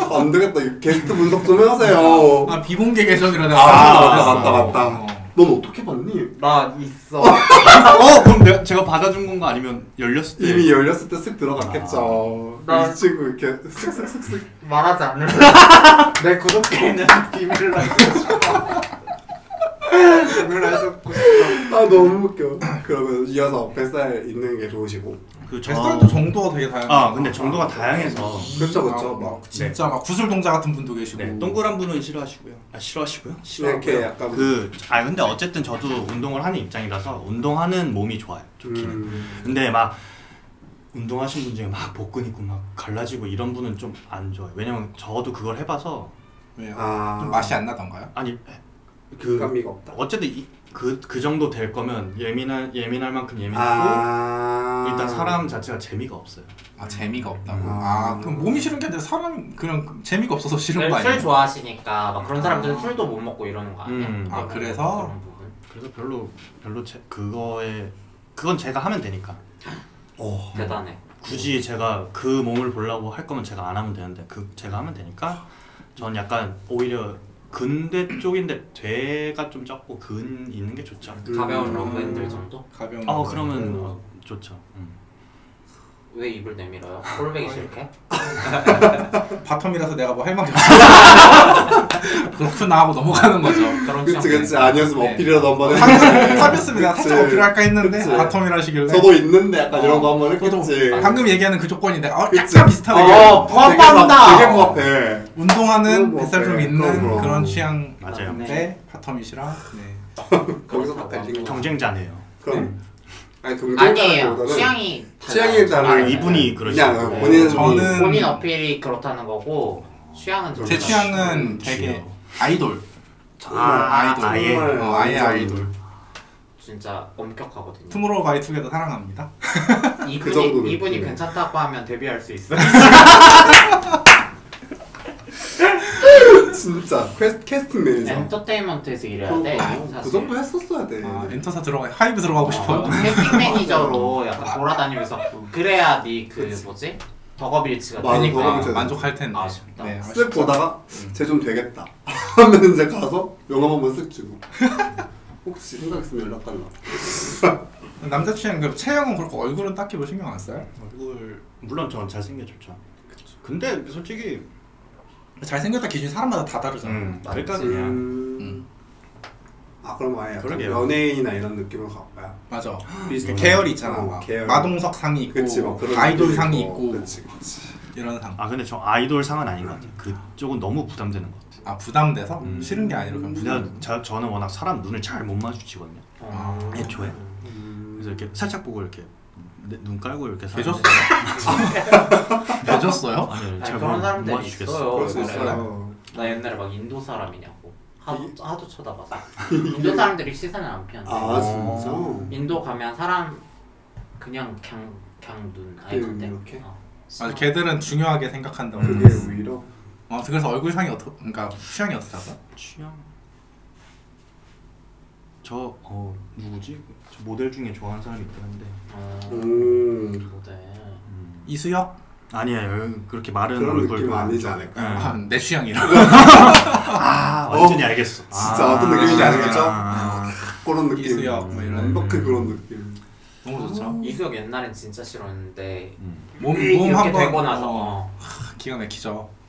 S1: 너안 되겠다 이 게스트 분석 좀 해하세요
S2: 아 비공개 계정이라 내가
S1: 아,
S2: 깜짝
S1: 맞다,
S2: 놀랐어.
S1: 맞다.
S2: 어.
S1: 넌 어떻게 봤니?
S4: 나 있어
S5: 어 그럼 내가, 제가 받아준 건가 아니면 열렸을 때?
S1: 이미 열렸을 때 쓱 들어갔겠죠
S4: 나-
S1: 이 친구 이렇게 쓱쓱쓱쓱
S4: 말하지 않을래. 내 구독자는 비밀로 비밀로 해줬고 싶어.
S1: 아 너무 웃겨 그러면 이어서 뱃살 있는 게 좋으시고
S5: 그 저-
S2: 베스트도 정도가 되게 다양해.
S5: 아 근데 정도가 다양해서
S1: 그렇죠
S2: 아,
S1: 그렇죠 막
S2: 막 진짜 막 구슬동자 같은 분도 계시고.
S5: 네, 동그란 분은 싫어하시고요. 아 싫어하시고요?
S1: 이렇게 약간 음,
S5: 그아 근데 어쨌든 저도 운동을 하는 입장이라서 운동하는 몸이 좋아요. 좋기는.
S1: 음,
S5: 근데 막 운동하신 분 중에 막 복근 있고 막 갈라지고 이런 분은 좀 안 좋아요. 왜냐면 저도 그걸 해봐서
S2: 왜요?
S1: 아.
S2: 네, 좀 맛이 안 나던가요?
S5: 아니 그
S1: 감미가 없다
S5: 어쨌든 그그 그 정도 될 거면 예민한 예민할 만큼 예민하고
S1: 아
S5: 일단 사람 자체가 재미가 없어요.
S2: 아 재미가 없다고.
S1: 아.
S2: 아, 그럼 몸이 싫은 게 아니라 사람 그냥 재미가 없어서 싫은 거 아니에요?
S4: 술 좋아하시니까 막 그런 사람들은 술도 못 먹고 이러는 거 아니야?
S5: 음.
S2: 아, 그래서?
S4: 그런 부분.
S5: 그래서 별로 별로 제, 그거에 그건 제가 하면 되니까
S1: 어.
S4: 대단해.
S5: 굳이 제가 그 몸을 보려고 할 거면 제가 안 하면 되는데 그 제가 하면 되니까 전 약간 오히려 근대 쪽인데 돼가 좀 적고 근 있는 게 좋죠.
S1: 음.
S4: 가벼운 러브핸들 정도?
S2: 가벼운.
S5: 어
S2: 거. 네.
S5: 그러면 어, 좋죠. 음.
S4: 왜 입을 내밀어요? 꼴보기
S2: 네.
S4: 싫게?
S2: 바텀이라서 내가 뭐 할 말이 없어. 그렇구나 하고 넘어가는 거죠. 그런
S1: 그치
S2: 취향.
S1: 그치 아니었으면
S2: 네.
S1: 어필이라도 한번
S2: 탑-
S1: 해.
S2: 탑이었으면 내가 살짝
S1: 그치.
S2: 어필할까 했는데
S1: 그치.
S2: 바텀이라시길래
S1: 저도 있는데 약간
S2: 어,
S1: 이런 거 한번
S2: 네. 저도
S1: 했겠지.
S2: 방금 얘기하는 그 조건이 내가 어,
S1: 그치.
S2: 약간 비슷한
S1: 어,
S2: 의견.
S1: 되게 부합-
S4: 부합한다.
S1: 어, 되게 부합해.
S2: 운동하는
S1: 그럼 뭐
S2: 뱃살 좀
S1: 그래,
S2: 있는
S1: 그럼 뭐.
S2: 그런 취향
S5: 맞아요.
S2: 네, 바텀이시라. 네.
S1: 거기서 딱
S4: 음.
S1: 갈리는 거.
S5: 경쟁자네요.
S1: 그럼 아니
S4: 아니에요.
S1: 경쟁자라기보다는
S4: 네. 취향이
S1: 취향에 따라
S5: 아,
S4: 네.
S5: 이분이 그러시고
S1: 그냥 네, 본인
S2: 네, 저는-
S4: 본인 어필이 그렇다는 거고 취향은 좀
S2: 제
S4: 달라요.
S2: 취향은 되게 아이돌.
S5: 아,
S2: 아이돌.
S5: 아예.
S2: 어, 아예 아이돌.
S4: 진짜 엄격하거든요.
S2: 투모로우 바이 투게더 사랑합니다.
S4: 이분이
S1: 그 정도는.
S4: 이분이
S1: 네.
S4: 괜찮다고 하면 데뷔할 수 있어요.
S1: 진짜 퀘스, 캐스팅 매니저.
S4: 엔터테인먼트에서 일해야 돼.
S1: 그
S4: 네, 사실.
S1: 정도 했었어야 돼.
S2: 아, 엔터사 들어가 하이브
S1: 아,
S2: 들어가고 싶어요.
S1: 네.
S4: 어, 캐스팅 매니저로 약간 돌아다니면서 그래야 네 그 뭐지 덕업일치가
S1: 맞아,
S4: 되니까
S1: 덕업일치.
S2: 아, 만족할 텐데.
S4: 아쉽다.
S2: 네, 아쉽다.
S1: 쓱 보다가 쟤 좀 되겠다 하면 이제 가서 영화 한번 쓱 주고 혹시 생각 있으면 연락 달라
S2: 남자 취향 그 체형은 그렇고 얼굴은 딱히 뭐 신경 안 써요?
S5: 얼굴 물론 전 잘생겨졌죠. 근데 솔직히
S2: 잘생겼다 기준이 사람마다 다 다르잖아.
S5: 음,
S4: 맞지.
S5: 그러니까 그냥
S1: 음. 아 그럼 아예 약간
S5: 그러게요.
S1: 연예인이나 이런 느낌으로 가봐요
S2: 맞아.
S1: 비슷해.
S2: 계열이 있잖아.
S1: 어,
S2: 막
S1: 계열.
S2: 마동석 상이 있고
S1: 그치 막 그런
S2: 아이돌
S1: 느낌이
S2: 상이
S1: 있고.
S2: 있고
S1: 그치 그치
S2: 이런 상.
S5: 아 근데 저 아이돌 상은 아닌 것 같아요. 그쪽은 너무 부담되는 것 같아요.
S2: 아 부담돼서
S5: 음.
S2: 싫은 게 아니라 그냥 부담.
S5: 근데 저, 저는 워낙 사람 눈을 잘 못 마주치거든요.
S4: 어.
S5: 애초에 그래서 이렇게 살짝 보고 이렇게 내- 눈 깔고 이렇게
S2: 되셨어요?
S5: 사는데
S2: 되셨어요?
S5: 아니, 아니
S4: 아니,
S5: 잘못
S4: 그런
S5: 못
S4: 사람들이
S5: 마주치겠어.
S4: 있어요.
S1: 그럴 수
S4: 옛날에.
S1: 있어요
S4: 나 옛날에 막 인도 사람이냐고 하도 하도 쳐다봐서 인도 사람들이 시선을 안 피한대.
S2: 어.
S1: 아 진짜?
S4: 인도 가면 사람 그냥 그냥 그냥 눈 아예
S1: 이렇게,
S4: 컨택.
S1: 이렇게?
S4: 어.
S2: 맞아. 걔들은 중요하게 생각한다고.
S1: 그게 오히려
S2: 어, 그래서 얼굴 상이 어떻, 그러니까 취향이 어떻다고?
S5: 취향 저 어, 누구지? 저 모델 중에 좋아하는 사람이 있긴 한데
S4: 어.
S1: 음
S4: 모델.
S5: 음.
S2: 이수혁?
S5: 아니에요 그렇게 마른
S1: 그런
S5: 얼굴
S1: 느낌 아니지 않을까
S2: 아,
S5: 아,
S2: 내 취향이라.
S5: 아 완전히 알겠어
S1: 진짜
S5: 아,
S1: 어떤 느낌인지 알겠죠?
S5: 아,
S1: 그런 느낌
S2: 이수혁 뭐 이런.
S1: 완벽한 그런 느낌
S2: 너무
S1: 음.
S2: 좋죠.
S4: 이수혁 옛날엔 진짜 싫었는데
S5: 음.
S2: 몸, 몸
S4: 이렇게
S2: 한번 되고
S4: 되고
S2: 나서
S4: 나서 어.
S2: 기가 막히죠.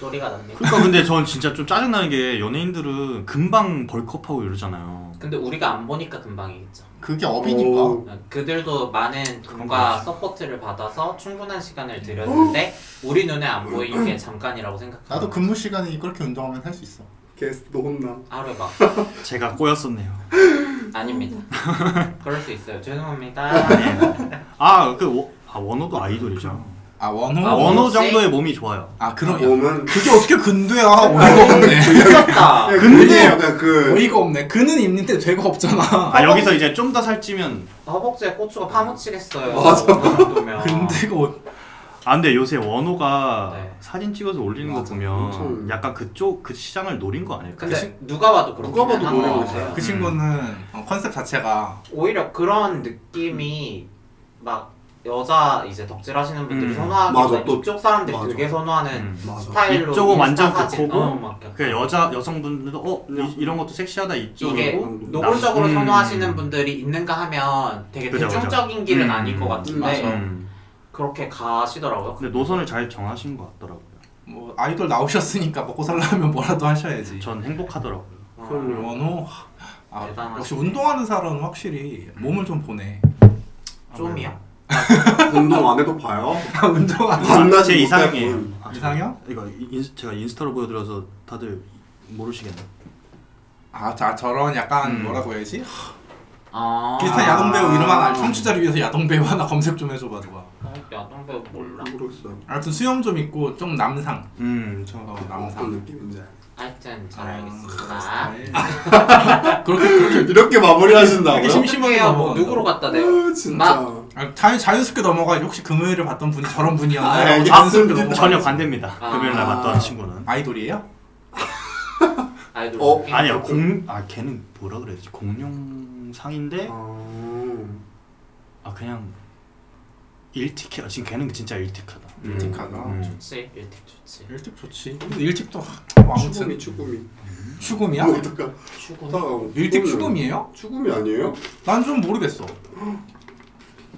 S4: 또리가 납니다.
S5: 그러니까 근데 전 진짜 좀 짜증나는 게 연예인들은 금방 벌크업하고 이러잖아요
S4: 근데 우리가 안 보니까 금방이겠죠.
S2: 그게 업이니까.
S1: 오.
S4: 그들도 많은 돈과 서포트를 받아서 충분한 시간을 들였는데 우리 눈에 안 보이는 게 잠깐이라고 생각하고
S2: 나도 근무 시간이 그렇게 운동하면 할 수 있어.
S1: 게스트도 혼나
S4: 하루에 막
S5: 제가 꼬였었네요
S4: 아닙니다. 그럴 수 있어요. 죄송합니다.
S5: 아그 아, 원호도 아이돌이죠
S2: 아 원호.
S5: 아, 원호 정도의 몸이 좋아요
S2: 아 그럼 야,
S1: 보면
S2: 그게 어떻게 근두야?
S1: 아,
S4: 아,
S2: 어이가 없네.
S4: 미쳤다.
S1: 그냥
S5: 근데-
S1: 그게 약간 그
S2: 어이가 없네. 그는 입는데 죄가 없잖아.
S5: 아 여기서 이제 좀 더 살찌면
S4: 허벅지에 고추가 파묻히겠어요.
S1: 맞아.
S4: 그 정도면.
S2: 근데가 어-
S5: 아 근데 요새 원호가
S4: 네.
S5: 사진 찍어서 올리는 거
S1: 맞아,
S5: 보면
S1: 엄청.
S5: 약간 그쪽 그 시장을 노린 거 아닐까?
S4: 근데 누가 봐도 그렇게
S1: 누가 봐도
S4: 하는
S1: 노력을
S4: 것
S1: 해요.
S4: 같아요.
S2: 그 친구는 어, 컨셉 자체가
S4: 오히려 그런 느낌이 막 여자 이제 덕질하시는 분들이
S5: 음.
S1: 맞아,
S4: 선호하는
S1: 또-
S4: 이쪽 사람들이
S1: 맞아.
S4: 되게 선호하는
S5: 음.
S1: 맞아
S4: 스타일로
S5: 이쪽은
S4: 인스타
S5: 완전
S4: 사진,
S5: 극호고
S4: 어, 막 약간.
S5: 그 여자 여성분들도 어
S1: 그냥-
S5: 이, 런 것도 섹시하다
S4: 이게
S5: 이쪽으로
S1: 음.
S4: 노골적으로
S5: 남- 음.
S4: 선호하시는 분들이 있는가 하면 되게
S5: 그죠,
S4: 대중적인 길은
S5: 음.
S4: 아닐 것 같은데
S1: 맞아.
S5: 음.
S4: 그렇게 가시더라고요.
S5: 근데 노선을 잘 정하신 것 같더라고요.
S2: 뭐 아이돌 나오셨으니까 먹고 살려면 뭐라도 하셔야지.
S5: 전 행복하더라고요.
S4: 어,
S2: 그걸 원호. 아,
S4: 대단하시네.
S2: 역시 운동하는 사람은 확실히 몸을 좀 보내.
S4: 좀이야?
S1: 운동 안 해도 봐요
S2: 아, 운동하는
S1: 만나지
S5: 제
S1: 못할
S5: 이상형이에요.
S1: 분.
S5: 아,
S2: 이상형?
S5: 이거 인스, 제가 인스타로 보여드려서 다들 모르시겠네.
S2: 아, 자 저런 약간
S5: 음.
S2: 뭐라고 해야지?
S4: 아
S2: 비슷한 야동 배우 이름만 알. 청취자를 위해서 야동 배우 하나 검색 좀 해줘봐 누가.
S4: 어, 야동 배우 몰라.
S1: 모르겠어요
S2: 아무튼 수염 좀 있고 좀 남상.
S5: 음, 저
S2: 어,
S1: 어떤
S2: 남상.
S1: 느낌인지 알아요. 그
S4: 하여튼 잘
S2: 아,
S4: 알겠습니다.
S2: 그렇게 그렇게
S1: 이렇게 마무리하신다고요?
S2: 이렇게 심심하게
S4: 어떡해요? 뭐
S2: 넘어간다.
S4: 누구로 갖다 내?
S1: 아, 진짜
S2: 아, 자연 자연스럽게 넘어가야지. 혹시 금요일을 봤던 분이 저런
S1: 아,
S2: 분이었나요?
S1: 알겠습니다.
S2: 자연스럽게 넘어가.
S5: 전혀 반대입니다.
S4: 아.
S5: 금요일 날 봤던 친구는
S2: 아이돌이에요?
S4: 아이돌. 뭐
S1: 어,
S4: 게임.
S5: 아니요 공아 걔는 뭐라 그래야지 공룡상인데
S2: 음.
S1: 아,
S5: 아 그냥 일틱해 지금 걔는 진짜 일틱하다. 음.
S2: 일찍하다.
S5: 아,
S4: 좋지 일찍 좋지.
S2: 일찍 좋지. 근데 일찍도
S1: 추구미
S2: 아무튼
S1: 추구미
S2: 추금이야?
S1: 뭐 어떡하
S4: 추구.
S1: 어떡하-
S2: 일찍
S1: 추구미.
S2: 추금이에요?
S1: 추구미 아니에요?
S2: 난 좀 모르겠어.
S1: 음,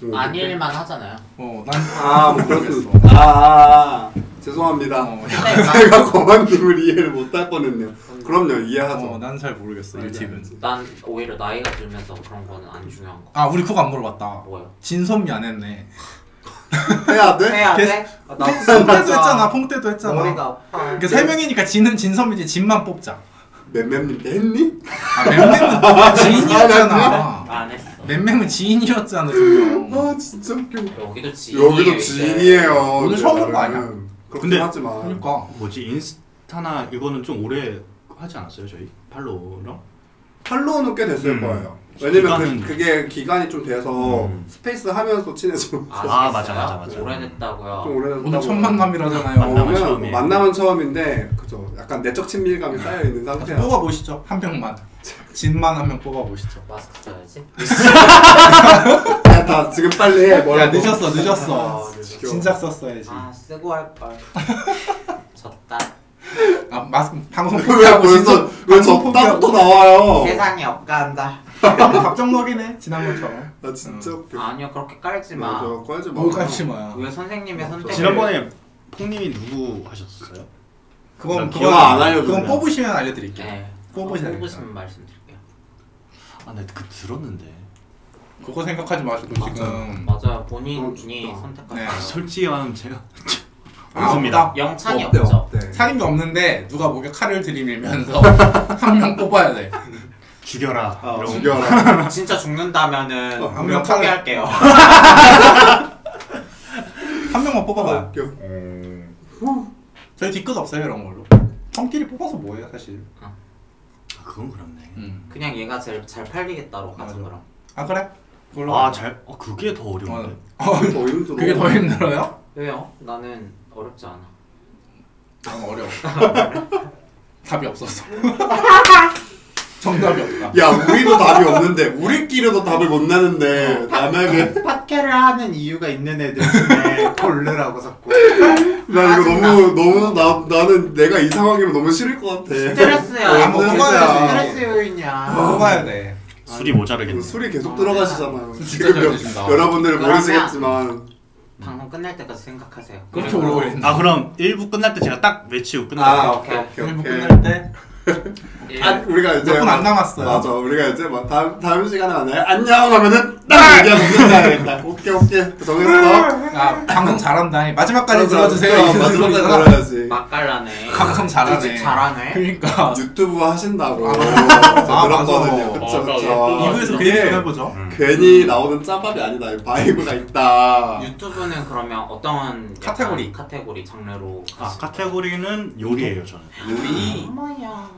S1: 이렇게.
S4: 아닐만 하잖아요.
S2: 어, 난
S1: 아, 뭐 그럴 수. 아, 아, 아, 죄송합니다.
S2: 어,
S4: 근데 난-
S1: 제가 거만님을 이해를 못 할 뻔했네요. 그럼요, 이해하죠.
S2: 어, 난 잘 모르겠어 이
S1: 알지,
S2: 팁은.
S1: 알지.
S4: 난 오히려 나이가 들면서 그런 거는 안 중요한 거.
S2: 아 우리 그거 안 물어봤다.
S4: 뭐요?
S2: 진섭이 안 했네.
S4: 네.
S1: 해야 돼?
S6: 해야 돼?
S2: 계속-
S6: 아, 나
S2: 퐁때도
S6: 진짜
S2: 했잖아. 퐁때도 했잖아.
S6: 머리가 아파.
S2: 그러니까 세 명이니까 진은 진섭이지 진만 뽑자.
S1: 맴맴님 했니?
S2: 아 맴맴은 지인이었잖아.
S4: 안 했어.
S2: 맴맴은 지인이었잖아 두명
S1: 아, 진짜 웃겨.
S4: 여기도 지인이에요.
S1: 여기도
S4: 이제.
S1: 지인이에요.
S2: 오늘
S1: 이제
S2: 처음 본거
S1: 나는.
S2: 아니야?
S1: 그렇긴
S5: 근데-
S1: 하지만.
S2: 그러니까
S5: 아, 뭐지 인스타나 이거는 좀 오래 하지 않았어요 저희 팔로우랑?
S1: 팔로우는 꽤 됐을
S5: 음.
S1: 거예요. 왜냐면
S5: 기간은-
S1: 그, 그게 기간이 좀 돼서
S5: 음.
S1: 스페이스 하면서 친해져.
S4: 아,
S5: 아,
S4: 맞아 맞아 맞아.
S1: 좀
S4: 오래됐다고요.
S1: 오래됐다고.
S2: 오늘 첫 만남이라잖아요.
S5: 만남은
S1: 만나면
S5: 처음이에요.
S1: 만남은 처음인데 그죠. 약간 내적 친밀감이 쌓여 있는 상태야.
S2: 뽑아 보시죠 한 명만. 진만 한 명 뽑아 보시죠.
S4: 마스크 써야지.
S1: 야, 다 지금 빨리 해.
S2: 야
S1: 뭐라고.
S2: 늦었어
S1: 아,
S2: 늦었어.
S1: 네, 지겨워.
S2: 진작 썼어야지.
S6: 아 쓰고 할 걸.
S4: 졌다.
S2: 아 마스크 방송
S1: 왜
S2: 포기하고
S1: 벌써
S2: 진섭
S1: 왜
S2: 방송 포기하고.
S1: 적당부터 나와요?
S6: 세상이 업가한다.
S2: 아, 갑정 먹이네 뭐 지난번처럼.
S1: 나 진짜 웃겨.
S4: 음. 아니요 그렇게 깔지 마.
S1: 저 깔지 마.
S2: 뭘까 심어야.
S4: 왜 선생님의
S5: 네.
S4: 선택?
S5: 지난번에 폭님이 누구 하셨어요?
S2: 그건
S5: 난 기억 안
S1: 알려주네.
S2: 그건 뽑으시면 알려드릴게요.
S4: 네.
S2: 뽑으시면
S4: 뽑으시면 말씀드릴게요.
S5: 아, 나 그 들었는데.
S2: 그거 생각하지 마시고 지금
S4: 맞아요 본인이
S1: 너무
S4: 선택하세요.
S2: 네.
S5: 아, 솔직히 말하면 제가
S2: 아,
S5: 없습니다.
S2: 없다.
S4: 영창이
S1: 어때,
S4: 없죠.
S1: 어때?
S2: 사귄 게 없는데 누가 목에 칼을 들이밀면서 한 명 뽑아야 돼.
S5: 죽여라.
S1: 아,
S5: 이러고.
S1: 죽여라.
S4: 진짜 죽는다면은
S2: 한
S4: 무료
S2: 명 칼을-
S4: 포기할게요.
S2: 한 명만
S1: 아,
S2: 뽑아봐.
S1: 웃겨.
S2: 음. 저희 뒤끝 없어요 이런 걸로. 형끼리 뽑아서 뭐예요 사실.
S5: 아, 그건 그렇네.
S2: 음.
S4: 그냥 얘가 제일 잘 팔리겠다로 가자
S2: 맞아.
S4: 그럼.
S2: 아 그래? 그걸로.
S5: 아,
S2: 가자.
S5: 잘. 어, 그게 더 어려운데.
S2: 어,
S1: 아, 더 힘들어.
S2: 그게 더 힘들어요?
S4: 왜요? 나는 어렵지 않아.
S2: 난 어려워. 답이 없었어. 정답이 없다.
S1: 야, 우리도 답이 없는데 우리끼리도 답을 못 내는데 남에게
S3: 팟캐를 하는 이유가 있는 애들 중에 고르라고 자꾸.
S1: 나 이거 너무 너무 나 나는 내가 이 상황이면 너무 싫을 것 같아.
S4: 스트레스야.
S1: 어,
S2: 아무거나
S1: 스트레스야.
S6: 스트레스 요인이야.
S2: 뽑아야 돼.
S5: 술이 모자르겠네.
S1: 그 술이
S4: 아,
S1: 계속 들어가시잖아요.
S2: 진짜
S1: 지금
S2: 잘 드신다.
S1: 여러분들
S4: 그러면-
S1: 모르시겠지만
S4: 방송 끝날 때까지 생각하세요.
S2: 그렇게 오래 걸린다.
S5: 아, 그럼 1부 끝날 때 제가 딱 외치고 끝날게요.
S1: 아
S4: 오케이.
S1: 오케이
S2: 행복
S1: 오케이.
S2: 네, 뭐 끝날 때
S4: 일,
S1: 아, 우리가 이제
S2: 몇분안
S1: 막-
S2: 남았어요.
S1: 맞아, 우리가 이제 막 다음 다음 시간에 만나요. 안녕 하면은 딱
S2: 네.
S1: 얘기하고 끝나야겠다. 오케이 오케이 정했어.
S2: 아 방송 잘한다. 마지막까지 들어주세요.
S1: 그래서
S2: 이순신
S1: 마지막까지
S2: 소리가.
S1: 들어야지.
S4: 맛깔나네.
S2: 방송 잘하네.
S4: 이집 잘하네.
S2: 그러니까
S1: 유튜브 하신다고
S2: 아,
S1: 제가
S2: 맞아.
S1: 들었거든요.
S2: 어,
S1: 그쵸
S4: 맞아.
S1: 그쵸.
S2: 이부에서 그
S1: 이게
S2: 얘기 좀 해보죠.
S1: 괜히 나오는 짬밥이 아니다. 바이브가 있다.
S4: 유튜브는 그러면 어떤 약간
S2: 카테고리.
S4: 카테고리 장르로 음,
S5: 아,
S4: 가시-
S5: 카테고리는 요리예요, 저는.
S1: 우리
S4: 엄마야.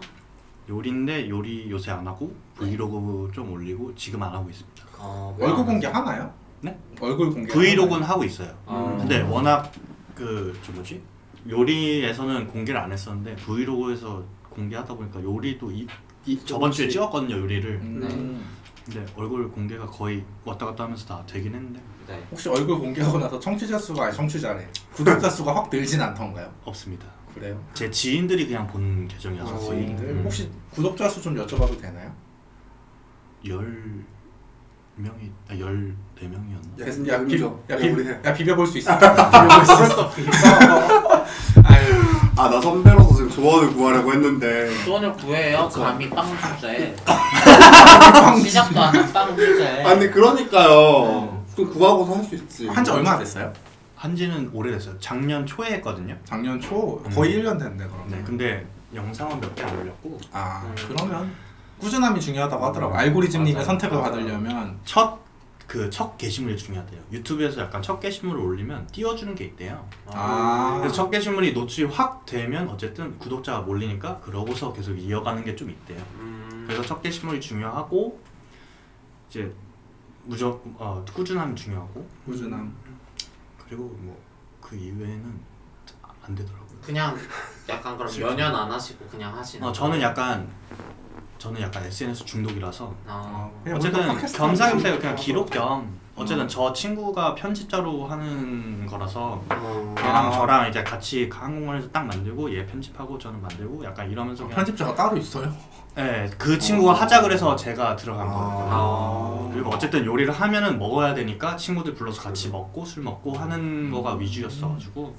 S5: 요리인데 요리 요새 안 하고 브이로그 좀 올리고 지금 안 하고 있습니다.
S4: 어, 뭐야.
S2: 얼굴 공개 하나요?
S5: 네?
S2: 얼굴 공개.
S5: 브이로그는
S2: 하나요?
S5: 하고 있어요.
S4: 어.
S5: 근데 워낙 그저 뭐지 요리에서는 공개를 안 했었는데 브이로그에서 공개하다 보니까 요리도 이, 이 저번 주에 찍었거든요 요리를.
S2: 음.
S5: 근데 얼굴 공개가 거의 왔다 갔다 하면서 다 되긴 했는데
S4: 네.
S2: 혹시 얼굴 공개하고 나서 청취자 수가 아니 청취자래. 구독자 수가 확 늘진 않던가요?
S5: 없습니다.
S2: 그래요?
S5: 제 지인들이 그냥 본
S2: 아,
S5: 계정이어서 음. 거의
S2: 지인들 혹시 구독자 수 좀 여쭤봐도 되나요?
S5: 열 명이 아열네 명이었나?
S1: 야,
S2: 됐-
S1: 야,
S2: 비,
S1: 음정.
S2: 야,
S1: 야,
S2: 비,
S1: 우리 해.
S2: 야 비벼볼 수 있어. 비벼볼 수 있어. 아유,
S1: 아 나 선배로서 지금 조언을 구하려고 했는데
S4: 돈을 구해요. 감히 빵 주제.
S2: 빵 주제.
S4: 시작도 안 한 빵 주제.
S1: 아니 그러니까요 좀 구하고서 할 수 있지
S2: 네. 한지 얼마나 됐어요?
S5: 한지는 오래됐어요. 작년 초에 했거든요.
S2: 작년 초 거의 1년 음. 됐네 그럼.
S5: 네, 근데 영상은 몇 개 안 올렸고
S2: 아
S4: 음.
S2: 그러면 꾸준함이 중요하다고 하더라고. 알고리즘님의
S4: 맞아요.
S2: 선택을
S4: 맞아요.
S2: 받으려면
S5: 첫 그 첫 게시물이 중요하대요. 유튜브에서 약간 첫 게시물을 올리면 띄워주는 게 있대요.
S4: 음. 어.
S2: 아
S5: 그래서 첫 게시물이 노출이 확 되면 어쨌든 구독자가 몰리니까 그러고서 계속 이어가는 게 좀 있대요.
S4: 음.
S5: 그래서 첫 게시물이 중요하고 이제 무조 어, 꾸준함이 중요하고
S2: 꾸준함.
S5: 그리고 뭐 그 이외에는 안 되더라고요.
S4: 그냥 약간 그럼 연연 안 하시고 그냥 하시는.
S5: 어, 저는 약간 저는 약간 SNS 중독이라서
S4: 아,
S2: 그냥 우리가
S5: 어쨌든
S2: 팟캐스트 하는 음.
S5: 겸사겸사
S2: 거지.
S5: 그냥 기록 겸 어쨌든 저 친구가 편집자로 하는 거라서
S1: 어.
S5: 얘랑
S2: 아.
S5: 저랑 이제 같이 한공원에서 딱 만들고 얘 편집하고 저는 만들고 약간 이러면서 그냥
S2: 어, 편집자가 어. 따로 있어요?
S5: 네, 그 친구가 하자 그래서 제가 들어간 거예요.
S4: 아.
S5: 그리고 어쨌든 요리를 하면은 먹어야 되니까 친구들 불러서 같이 먹고 술 먹고 하는 거가 위주였어가지고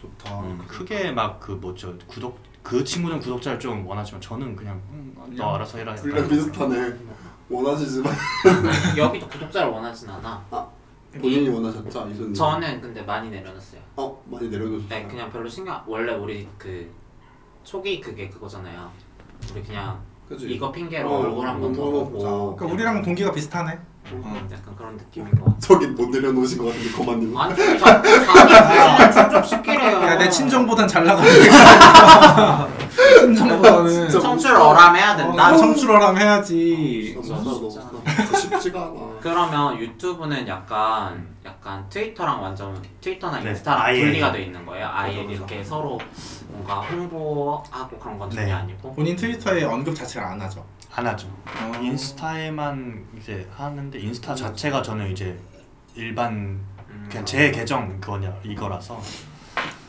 S2: 좋다.
S5: 음, 크게 막 그 뭐죠 구독 그 친구는 구독자를 좀 원하지만 저는 그냥 음, 너 알아서 해라.
S1: 둘이랑 비슷하네. 원하시지만
S4: 여기도 구독자를 원하진 않아.
S1: 본인이 원하셨죠 이소님.
S4: 저는 근데 많이 내려놨어요.
S1: 어 많이 내려놓으셨어요.
S4: 네, 그냥 별로 신경 원래 우리 그 초기 그게 그거잖아요. 우리 그냥
S1: 그치?
S4: 이거 핑계로
S1: 어,
S4: 얼굴 한번 더
S1: 얼굴
S4: 보고 음,
S1: 보자.
S2: 그러니까 우리랑 동기가 비슷하네. 어.
S4: 약간 그런 느낌인 것 같아요.
S1: 저기 못 내려놓으신 것 같은데 거만님.
S4: 아니 자꾸 자기 충족 시키래요.
S2: 야, 내 친정보단 잘 나가네. 친정보다는.
S1: 진짜.
S4: 청출 어람해야 된다.
S2: 나 청출어람 해야지.
S1: 아, 너무
S4: 진짜.
S1: 너무 쉽지가
S5: 어.
S1: 않아.
S4: 그러면 유튜브는 약간 약간 트위터랑 완전 트위터나
S5: 네,
S4: 인스타랑
S5: 아예. 어,
S4: 분리가 돼 있는 거예요. 아예
S5: 맞아, 맞아.
S4: 이렇게 서로 뭔가 홍보하고 그런 건 전혀
S5: 네.
S4: 아니고.
S2: 본인 트위터에 언급 자체를 안 하죠.
S5: 안 하죠.
S2: 어.
S5: 인스타에만 이제 하는데 인스타 자체가 저는 이제 일반
S4: 음.
S5: 그냥 제 계정 그거냐 이거라서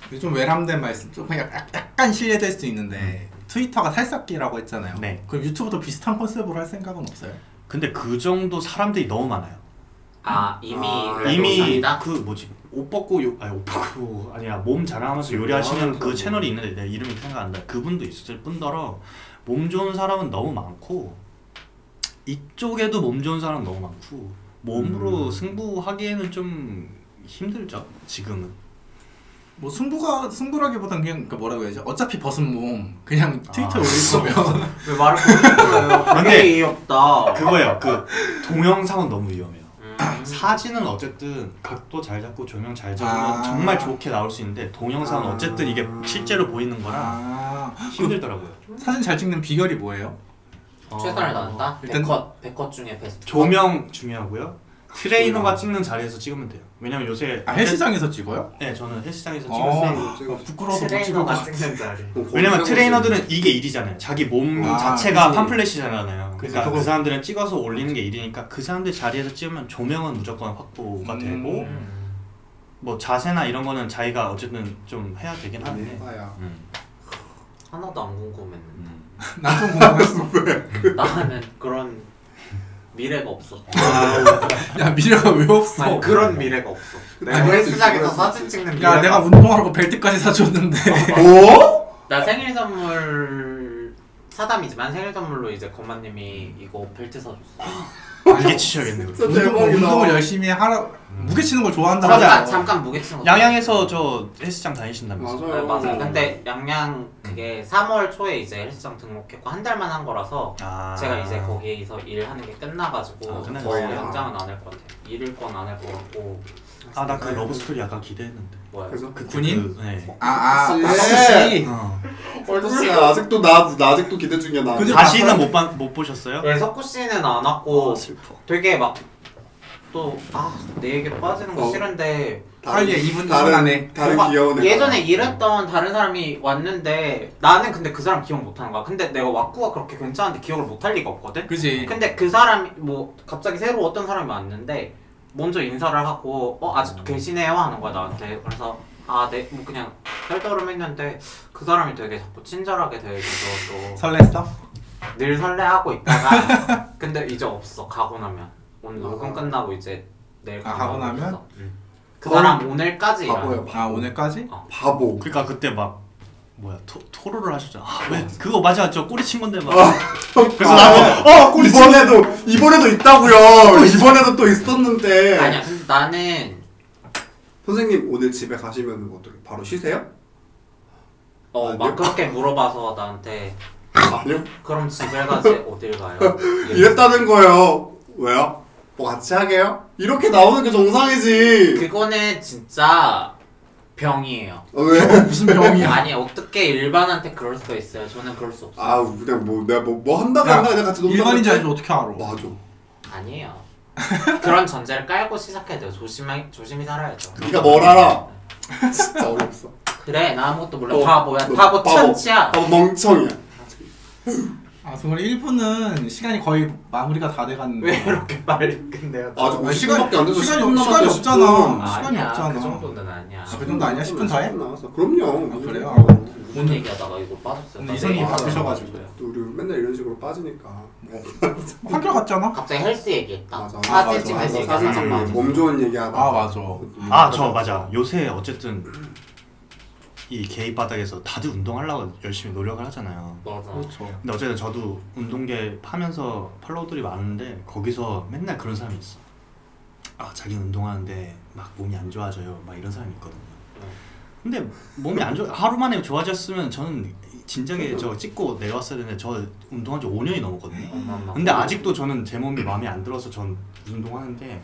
S2: 근데 좀 외람된 말씀, 좀 그냥 약- 약간 실례될 수 있는데 트위터가 살삭기라고 했잖아요.
S5: 네.
S2: 그럼 유튜브도 비슷한 컨셉으로 할 생각은 없어요?
S5: 근데 그 정도 사람들이 너무 많아요.
S4: 아 이미
S1: 아,
S4: 원래
S5: 이미
S4: 노상이다?
S5: 그 뭐지 옷 벗고 요 아니 옷 벗고 아니라 몸 자랑하면서 요리하시는 그 채널이 있는데 내 이름이 생각 안 나. 그분도 있을 뿐더러 몸 좋은 사람은 너무 많고 이쪽에도 몸 좋은 사람 너무 많고 몸으로 승부하기에는 좀 힘들죠 지금은.
S2: 뭐 승부가 승부라기보단 그냥 그러니까 뭐라고 해야지? 어차피 벗은 몸 그냥 트위터에
S5: 아.
S2: 올릴 거면
S6: 왜 말을 못했어요?
S5: 근데-
S6: 그게 없다.
S5: 그거예요. 그 동영상은 너무 위험해요.
S4: 음.
S5: 사진은 어쨌든 각도 잘 잡고 조명 잘 잡으면
S2: 아.
S5: 정말 좋게 나올 수 있는데 동영상은
S2: 아.
S5: 어쨌든 이게 실제로 보이는 거라
S2: 아,
S5: 힘들더라고요.
S2: 사진 잘 찍는 비결이 뭐예요?
S4: 최선을
S5: 어.
S4: 다한다.
S2: 일단-
S4: 100컷 100컷 중에 베스트. 아,
S5: 조명 중요하고요. 트레이너가 찍는 자리에서 찍으면 돼요. 왜냐면 요새
S2: 아, 헬스장에서 찍어요?
S5: 네 저는 헬스장에서
S2: 어.
S5: 찍었어요.
S2: 부끄러워서 못 찍을 것
S6: 트레이너가
S2: 같아.
S6: 찍는 자리.
S1: 뭐
S5: 왜냐면 트레이너들은 이게 일이잖아요. 자기 몸
S2: 아,
S5: 자체가
S2: 그치.
S5: 팜플렛이잖아요.
S2: 그치,
S5: 그러니까
S2: 그거-
S5: 그 사람들은 찍어서 올리는 게 일이니까 그 사람들 자리에서 찍으면 조명은 무조건 확보가 되고
S4: 음.
S5: 뭐 자세나 이런 거는 자기가 어쨌든 좀 해야 되긴
S2: 아, 네.
S5: 하는데
S1: 아,
S2: 야
S5: 음.
S4: 하나도 안 궁금했는데
S5: 음.
S2: 나좀 궁금했어.
S4: 나는 그런 미래가 없어.
S2: 아, 야 미래가 왜 없어?
S6: 아니 뭐 그런 미래가 없어. 내가
S1: 그럴 수
S6: 헬스장에서
S1: 있어.
S6: 사진 찍는 미래가
S2: 야 내가 운동하라고 벨트까지 사줬는데.
S1: 오?
S4: 나 생일 선물 사담이지만 생일 선물로 이제 건마님이 이거 벨트 사줬어.
S2: 아,
S5: 이게 치셔야겠네요.
S1: 진짜
S2: 운동,
S1: 대박이다.
S2: 운동을 열심히 하라. 무게 치는 걸 좋아한다고.
S4: 잠깐
S2: 하잖아.
S4: 잠깐 무게 치는 거.
S5: 양양에서 저 헬스장 다니신다면서
S4: 네,
S6: 어,
S1: 맞아요.
S4: 맞아요. 근데 양양
S6: 음.
S4: 그게 3월 초에 이제 헬스장 등록했고 한 달만 한 거라서
S5: 아.
S4: 제가 이제 거기에서 일하는 게 끝나가지고
S5: 아, 끝났어요.
S4: 거의 연장은 안 할 것 같아요. 일일 건 안 할 것 같고
S5: 아나 그 러브 스토리 약간 기대했는데
S4: 뭐야.
S1: 그래서
S5: 그
S2: 군인? 어.
S5: 그, 네.
S2: 아아
S1: 예.
S2: 혹시
S6: 네.
S5: 어.
S1: 얼토스가 아직도 나, 나 아직도 기대 중이야 나.
S2: 그죠?
S5: 다시는 못, 봐- 못 보셨어요? 어,
S4: 왜 석구 씨는 안
S6: 어,
S4: 왔고
S5: 슬퍼
S4: 되게 막 또 아 내 얘기 빠지는 거
S1: 어.
S4: 싫은데
S2: 빨리 해, 이분
S1: 다른
S2: 안에.
S1: 다른
S4: 뭔가
S1: 귀여운 애.
S4: 예전에 일했던 다른 사람이 왔는데 나는 근데 그 사람 기억 못하는 거야. 근데 내가 와꾸가 그렇게 괜찮은데 기억을 못할 리가 없거든.
S2: 그지.
S4: 근데 그 사람이 뭐 갑자기 새로 어떤 사람이 왔는데 먼저 인사를 하고 어
S1: 음.
S4: 아직도 계시네요 하는 거야 나한테 그래서 아네뭐 그냥 떨떠름했는데 그 사람이 되게 자꾸 친절하게 대해줘서
S2: 설렜어?
S4: 또늘 설레하고 있다가 근데 이제 없어 가고 나면 오늘 녹음 끝나고 이제 내일
S2: 아, 가고 나면?
S4: 있어. 응. 그 사람 오늘까지
S1: 바보야.
S4: 일하는
S2: 아 오늘까지?
S1: 바보.
S5: 그러니까 그때 막 뭐야 토, 토로를 하셨잖아 아, 왜 그거 맞아 저 꼬리 친 건데 막
S1: 그래서
S5: 나도-
S2: 아.
S1: 어 꼬리 이번에도 이번에도
S2: 어,
S1: 있다고요. 이번에도 또 있었는데.
S4: 아니야 근데 나는
S1: 선생님 오늘 집에 가시면 뭐 어떻게 바로 쉬세요?
S4: 어
S1: 아니요?
S4: 막 그렇게 물어봐서 나한테
S1: 아니요.
S4: 그럼 집에 가지 어딜 가요?
S2: 예.
S1: 이랬다는 거예요. 왜요? 뭐 같이 하게요? 이렇게 나오는 게 정상이지.
S4: 그거는 진짜 병이에요.
S1: 어, 왜?
S2: 무슨 병이야?
S4: 아니 어떻게 일반한테 그럴 수가 있어요? 저는 그럴 수 없어요.
S1: 아 그냥 뭐 내가 뭐, 뭐 한다고 뭐 한다 그냥 같이 논다.
S2: 일반인지 아닌지 어떻게 알아?
S1: 맞아.
S4: 아니에요. 그런 전제를 깔고 시작해야 돼요. 조심하, 조심히 살아야죠.
S1: 네가 뭘 알아? 진짜 어렵어.
S4: 그래 나 아무것도 몰라.
S1: 너,
S4: 바보야.
S1: 너
S4: 바보
S1: 바보.
S4: 천치야.
S1: 아 멍청이야.
S2: 아, 정말 1부는 시간이 거의 마무리가 다
S6: 왜
S2: 돼갔는데.
S6: 이렇게 빨리 끝내요?
S1: 아주
S2: 아니,
S1: 50분밖에 안 돼서
S2: 시간이
S1: 10분
S2: 없-
S1: 남았어요,
S2: 시간이
S1: 10분.
S2: 없잖아. 시간이
S4: 아니야
S2: 없잖아.
S4: 그 정도는 아니야
S2: 아, 그 정도 아니야? 10분 사이?
S1: 남았어. 음, 그럼요.
S2: 아, 그래요?
S4: 뭔 얘기하다가 이거 빠졌어요 아,
S2: 오늘 이선희
S4: 나 내일
S2: 바쁘셔가지고.
S4: 하자고요.
S1: 또 우리 맨날 이런 식으로 빠지니까.
S2: 학교 갔잖아?
S4: 갑자기 헬스 얘기했다
S1: 맞아.
S4: 사진
S1: 맞아.
S4: 찍는 얘기
S1: 사진 찍는 몸 좋은 음. 얘기하다.
S2: 아, 맞아.
S5: 아 저 맞아 요새 어쨌든 이 게이 바닥에서 다들 운동하려고 열심히 노력을 하잖아요
S4: 맞아
S2: 그렇죠.
S5: 근데 어쨌든 저도 운동계 파면서 팔로우들이 많은데 거기서 맨날 그런 사람이 있어. 아 자기는 운동하는데 막 몸이 안 좋아져요. 막 이런 사람이 있거든요. 근데 몸이 안 좋아 하루 만에 좋아졌으면 저는 진작에 저 찍고 내려왔어야 되는데 저 운동한 지 5년이 넘었거든요.
S4: 엄마
S5: 근데 아직도 저는 제 몸이 마음에 안 들어서 전 운동하는데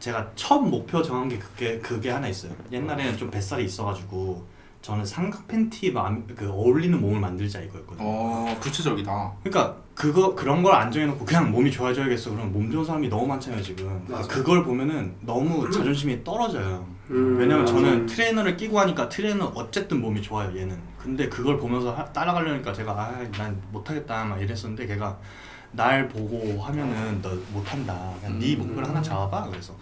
S5: 제가 첫 목표 정한 게 그게 그게 하나 있어요. 옛날에는 좀 뱃살이 있어가지고 저는 삼각 팬티 마음 그 어울리는 몸을 만들자 이거였거든요.
S2: 어, 구체적이다.
S5: 그러니까 그거 그런 걸 안 정해놓고 그냥 몸이 좋아져야겠어. 그럼 몸 좋은 사람이 너무 많잖아요 지금. 그러니까
S1: 맞아.
S5: 그걸 보면은 너무 자존심이 떨어져요.
S1: 음.
S5: 왜냐면
S1: 맞아.
S5: 저는 트레이너를 끼고 하니까 트레이너 어쨌든 몸이 좋아요 얘는. 근데 그걸 보면서 하- 따라가려니까 제가 아 난 못하겠다 막 이랬었는데 걔가 날 보고 하면은 너 못한다. 그냥 네 목표를 하나 잡아봐. 그래서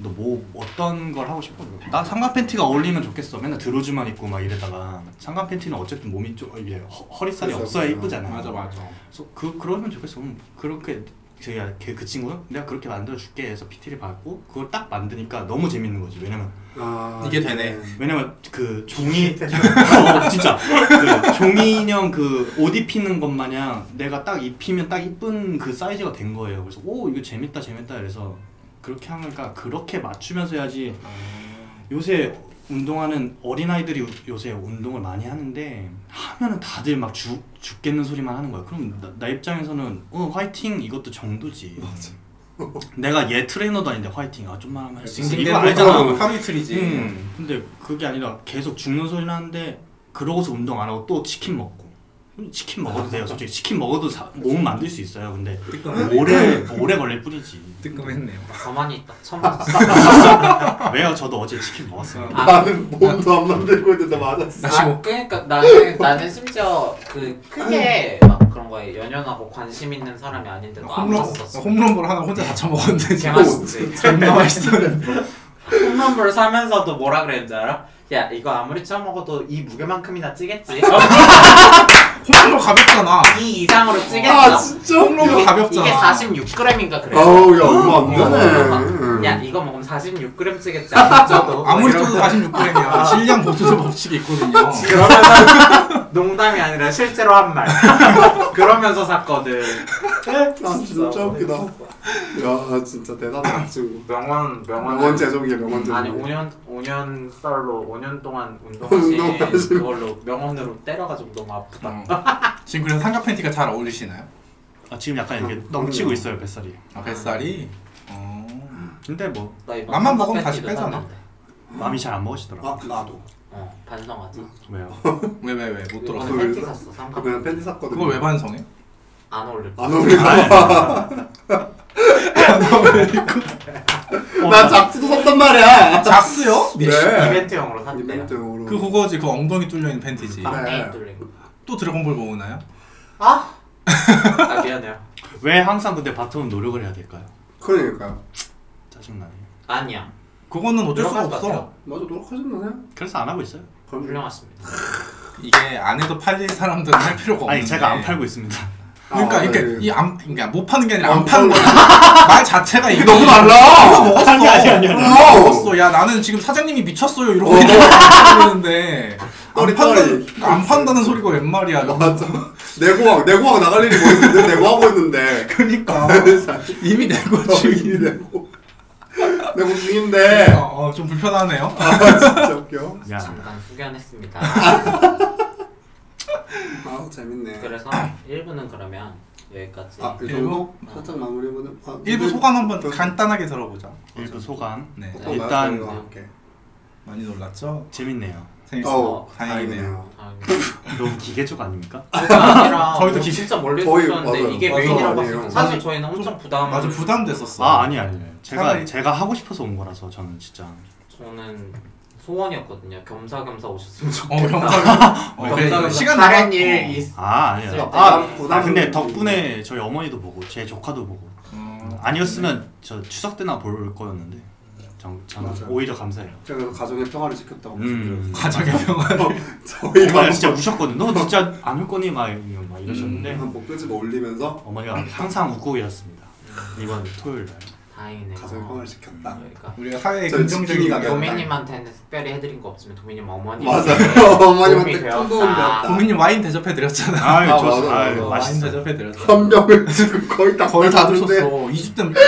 S5: 너 뭐 어떤 걸 하고 싶어? 나 상관 팬티가 어울리면 좋겠어. 맨날 드로즈만 입고 막 이러다가 상관 팬티는 어쨌든 몸이 좀 이게 허, 허리살이
S1: 그래서,
S5: 없어야
S1: 어.
S5: 이쁘잖아.
S2: 맞아, 맞아.
S5: 그래서 그 그러면 좋겠어. 음, 그렇게 제가 걔 그 친구는 내가 그렇게 만들어 줄게 해서 PT를 받고 그걸 딱 만드니까 너무 재밌는 거지. 왜냐면
S1: 아,
S2: 이게 되네.
S5: 왜냐면 그 종이 어, 진짜 그 종이 인형 그 옷 입히는 것 마냥 내가 딱 입히면 딱 이쁜 그 사이즈가 된 거예요. 그래서 오 이거 재밌다 재밌다 그래서 그렇게 하니까 그렇게 맞추면서 해야지 요새 운동하는 어린아이들이 요- 요새 운동을 많이 하는데 하면은 다들 막 죽, 죽겠는 소리만 하는 거야. 그럼 나, 나 입장에서는 어 화이팅 이것도 정도지. 맞아. 내가 얘 트레이너도 아닌데 화이팅 아 좀만 하면 할수 있어 이거 알잖아.
S2: 하루 이틀이지.
S5: 음, 근데 그게 아니라 계속 죽는 소리를 하는데 그러고서 운동 안 하고 또 치킨 먹고 그럼 치킨 먹어도 돼요 솔직히 치킨 먹어도 사, 몸은 만들 수 있어요 근데 오래 오래 걸릴 뿐이지
S2: 뜨끔했네요.
S4: 가만히 있다 처음부터
S5: 왜요 저도 어제 치킨 먹었어요
S4: 아,
S1: 나는 몸도 안 만들고 있는데 맞았어.
S2: 다시
S4: 아, 그러니까 나는 나는 심지어 그 크게 막 그런 거에 연연하고 관심 있는 사람이 아닌데도 안
S2: 홈런,
S4: 봤었어.
S2: 홈런볼 하나 혼자 다쳐 먹었는데
S4: 개
S2: 지금
S4: 맛있지.
S2: 존나 맛있었는데.
S4: 홈런볼 사면서도 뭐라 그랬는지 알아? 야 이거 아무리 쳐먹어도 이 무게만큼이나 찌겠지.
S2: 홈런볼 가볍잖아.
S4: 이 이상으로 찌겠어.
S1: 아, 진짜?
S2: 홈런볼 가볍잖아.
S4: 이게 46g인가 그래.
S1: 아우 야 얼마 안
S4: 어,
S1: 되네.
S4: 야 이거 먹으면 46g 찌겠지. 아무리 쳐도. 뭐
S2: 아무리
S4: 이런
S2: 쳐도 46g이야. 질량 보존 법칙이 있거든요. 어.
S4: 그러면서 농담이 아니라 실제로 한 말. 그러면서 샀거든.
S1: 아 진짜 웃기다. 아, 야 진짜 대단한 친구.
S6: 명언 명언
S1: 명언 제조기야 명언 제조기.
S4: 아니 5년 5년 썰로 5년 동안 운동하신
S1: 운동하신
S4: 그걸로 명언으로 때려가지고 너무 아프다.
S2: 어. 지금 그래서 삼각 팬티가 잘 어울리시나요?
S5: 아, 지금 약간 이렇게 넘치고 있어요 뱃살이
S2: 아, 뱃살이. 어.
S5: 근데 뭐
S4: 나 이번
S2: 맘만
S4: 삼각
S2: 먹으면 다시
S4: 팬티도
S2: 빼잖아.
S4: 샀는데.
S5: 마음이 잘 안 먹으시더라고
S1: 아 나도.
S4: 어 반성하지.
S5: 왜요
S2: 왜, 왜, 왜? 못 들었어.
S4: 이번에 팬티 샀어 삼각.
S1: 아, 그냥 팬티 샀거든. 아,
S2: 그걸 아, 왜 반성해?
S4: 안 어울릴 거.
S1: 안 어울린다.
S2: 어,
S5: 어,
S1: 나 작지도 샀단 말이야.
S2: 작스요?
S1: 네.
S4: 이벤트용으로 샀대요.
S1: 이벤트용으로.
S2: 그 그거지. 그 엉덩이 뚫려 있는 팬티지.
S1: 아.
S4: 막내인 뚫린 거.
S2: 또 드래곤볼 모으나요?
S4: 아? 아 미안해요.
S5: 왜 항상 근데 바텀은 노력을 해야 될까요
S1: 그러니까요.
S5: 짜증나네
S4: 아니야.
S2: 그거는 어쩔 수가
S4: 들어가지
S2: 없어.
S4: 마세요.
S1: 맞아 노력하지만 해.
S5: 그래서 안 하고 있어요
S1: 그럼
S4: 훌륭하십니다.
S2: 이게 안 해도 팔릴 사람들은 할 필요가 없는데.
S5: 아니 제가 안 팔고 있습니다
S1: 아,
S2: 그러니까 이게
S1: 네.
S2: 이안 그러니까 못 파는 게 아니라 안
S1: 안
S2: 파는 거야. 말 자체가 이게
S1: 너무 달라.
S2: 먹었어.
S5: 파는 게 아니야, 아니야.
S2: 나 먹었어. 야 나는 지금 사장님이 미쳤어요 이러고
S1: 어.
S2: 있는데
S1: 떨이,
S2: 안
S1: 떨이.
S2: 판다는
S1: 어.
S2: 안 판다는 소리가 웬 말이야.
S1: 맞아. 내고왕 내고왕 나갈 일이 뭐 있는데 내고하고 있는데.
S2: 그러니까 이미 내고
S1: 주인이
S2: 주인인데.
S1: 내고 내고 중인데.
S2: 어, 어, 좀 불편하네요.
S1: 아 진짜 웃겨.
S5: 야
S4: 잠깐 숙연했습니다.
S1: 아 재밌네.
S4: 그래서 1부는 그러면 여기까지.
S1: 아, 이 정도?
S2: 일부?
S1: 살짝 마무리해보는 아,
S2: 일부
S1: 근데
S2: 소감 한번
S1: 그-
S2: 간단하게 들어보자.
S5: 일부 소감
S2: 네
S1: 어떤
S5: 일단-
S1: 말씀 이거 할게.
S2: 많이 놀랐죠?
S5: 재밌네요
S2: 재밌어.
S1: 어우,
S2: 다행이네요.
S4: 아,
S5: 너무 기계적 아닙니까
S4: 아니라
S2: 저희도
S4: 저희도
S2: 기-
S4: 진짜 멀리
S1: 거의,
S4: 있었는데
S1: 맞아요.
S4: 이게
S1: 맞아요.
S4: 메인이라고
S1: 아니에요.
S4: 해서 사실 저희는 엄청 부담.
S2: 맞아 부담됐었어.
S5: 아 아니 아니 제가
S2: 차라리-
S5: 제가 하고 싶어서 온 거라서 저는 진짜
S4: 저는 소원이었거든요. 겸사겸사 오셨으면 좋겠다.
S2: 어 영상.
S5: 어, 그래.
S4: 겸사겸사
S2: 시간
S4: 다른
S2: 남았- 어.
S4: 일 있-
S5: 아 아니야.
S4: 있을 때
S1: 아, 부담-
S5: 아 근데 덕분에 저희 어머니도 보고 제 조카도 보고 아니었으면 저 추석 때나 볼 거였는데 전, 저는
S1: 맞아요.
S5: 오히려 감사해요.
S1: 제가 그래서 가정의 평화를 지켰다고
S5: 음.
S2: 가정의 평화.
S1: 저희가 음,
S5: 어머니가 진짜 우셨거든요. 너 진짜 안 올 거니 막, 이러- 막 이러셨는데
S1: 한번 끄집어 올리면서
S5: 어머니가 항상 웃고 계셨습니다. 이번 토요일 날.
S4: 다행이네요.
S1: 가정의 평화를 지켰다
S5: 음.
S4: 그러니까
S2: 우리가 사회에
S1: 저
S2: 긍정적인
S1: 지키기가
S2: 영향.
S4: 도민님한테는 특별히 해드린 거 없으면 도민님 어머니
S1: 맞아요 어머님한테
S4: 도움이
S1: 큰 도움이
S4: 되었다.
S1: 되었다
S2: 고민님 와인 대접해 드렸잖아.
S5: 아,
S1: 아,
S5: 좋았어.
S1: 맞아,
S5: 아,
S1: 맞아.
S2: 와인
S5: 맛있어.
S2: 대접해 드렸어.
S1: 한 명을 지금 거의 다
S2: 거의 다
S1: 받았는데
S2: 드셨어. 2주 때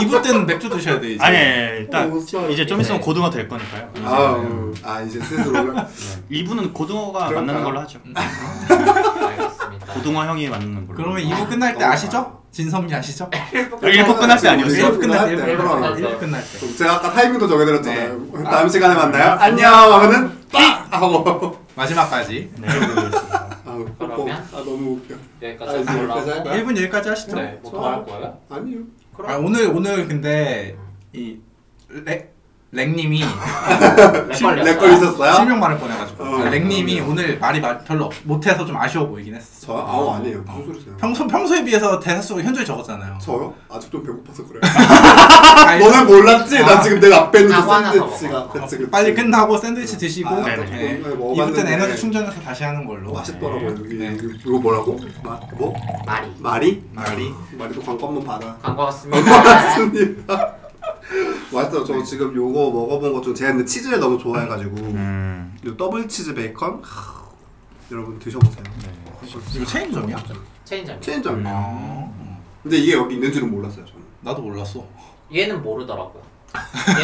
S2: 2부 때는 맥주 드셔야 돼 이제.
S5: 아니, 아니, 일단
S1: 없어.
S5: 이제 좀 있으면 고등어 될 거니까요. 네.
S1: 아, 음. 아 이제 스스로
S5: 이분은 고등어가
S1: 그럴까요? 음.
S5: 만나는 걸로 하죠.
S4: 알겠습니다.
S5: 고등어 형이 만나는 걸로.
S2: 그러면 2부 끝날 때 아시죠? 진섭이 아시죠?
S5: 일부 끝날 때 아니었어요?
S1: 일부
S2: 일부 끝날 때.
S1: 끝날 때.
S2: 일부 끝날 때.
S4: 일부
S2: 일부 끝날 때.
S1: 제가 아까 타이밍도
S2: 네.
S1: 정해드렸잖아요 다음 시간에 만나요 안녕 하면은 빡 하고
S2: 마지막까지.
S5: 네, 그러겠습니다.
S1: 아우 뽀뽀.
S4: 그러면?
S1: 아 너무 웃겨 아,
S4: 여기까지
S1: 이제 여기까지
S4: 올라오고
S1: 할까요?
S2: 1분 여기까지 하시죠.
S4: 네, 뭐더할 거예요?
S1: 아니요
S4: 그럼
S2: 아, 오늘 오늘 근데 이 렉, 렉님이
S4: 렉걸렸어요?
S1: 네. 렉 걸리셨어요?
S2: 실명 말을 보내가지고
S1: 어,
S2: 렉님이
S1: 그럼요.
S2: 오늘 말이 마- 별로 없- 못해서 좀 아쉬워 보이긴 했어.
S1: 저요? 아우 아니에요 무슨 소리세요
S2: 평소 평소에 비해서 대사 수가 현저히 적었잖아요.
S1: 저요? 아직 좀 배고파서 그래요
S2: 아,
S1: 너는 몰랐지?
S2: 아.
S1: 나 지금 내 앞에 있는
S4: 아, 화나서
S1: 샌드위치가
S4: 먹어.
S1: 그치, 그치.
S2: 빨리 끝나고 샌드위치 드시고
S1: 아,
S5: 네네.
S2: 네.
S1: 네,
S2: 이럴 땐
S1: 먹어봤는데
S2: 에너지 충전해서 다시 하는 걸로. 네.
S1: 맛있더라고요 이게. 이거 뭐라고? 마, 뭐?
S4: 말이
S1: 마리?
S2: 말이
S1: 마리도 광고 한번 봐라
S4: 광고 같습니다.
S1: 맞습니다 맛있어요 저 지금 요거 먹어본 것 중 제가 근데 치즈를 너무 좋아해가지고
S5: 음.
S1: 요 더블 치즈 베이컨 하, 여러분 드셔보세요
S2: 네. 이거 체인점이야?
S4: 체인점.
S1: 체인점
S2: 아,
S1: 근데 이게 여기 있는 줄은 몰랐어요 저는
S2: 나도 몰랐어.
S4: 얘는 모르더라고요.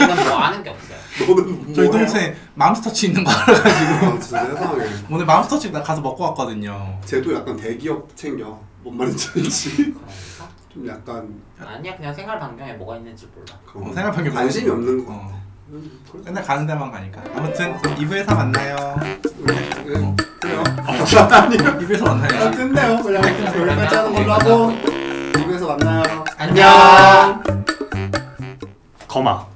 S4: 얘는 뭐 아는 게 없어요.
S1: 너는
S2: 저희
S1: 뭐야?
S2: 동생 맘스터치 있는 거 알아가지고
S1: 아 진짜 세상에
S2: 오늘 맘스터치 나 가서 먹고 왔거든요. 어,
S1: 쟤도 약간 대기업 챙겨 뭔 말인지 알지? 좀 약간
S4: 그러니까? 아니야 그냥 생활 반경에 뭐가 있는지 몰라.
S1: 그런
S2: 어,
S1: 거.
S2: 생각해보면
S1: 음. 관심이 없는 거
S2: 어.
S1: 음, 그래.
S2: 맨날 가는 데만 가니까. 아무튼 2부에서 만나요.
S1: 응, 그래요.
S2: 어. 아니요. 2부에서 만나요.
S1: 아, 끝내요. 그냥
S2: 네.
S1: 여기까지 하는 걸로 하고 입에서 만나요.
S4: 안녕.
S5: 거마.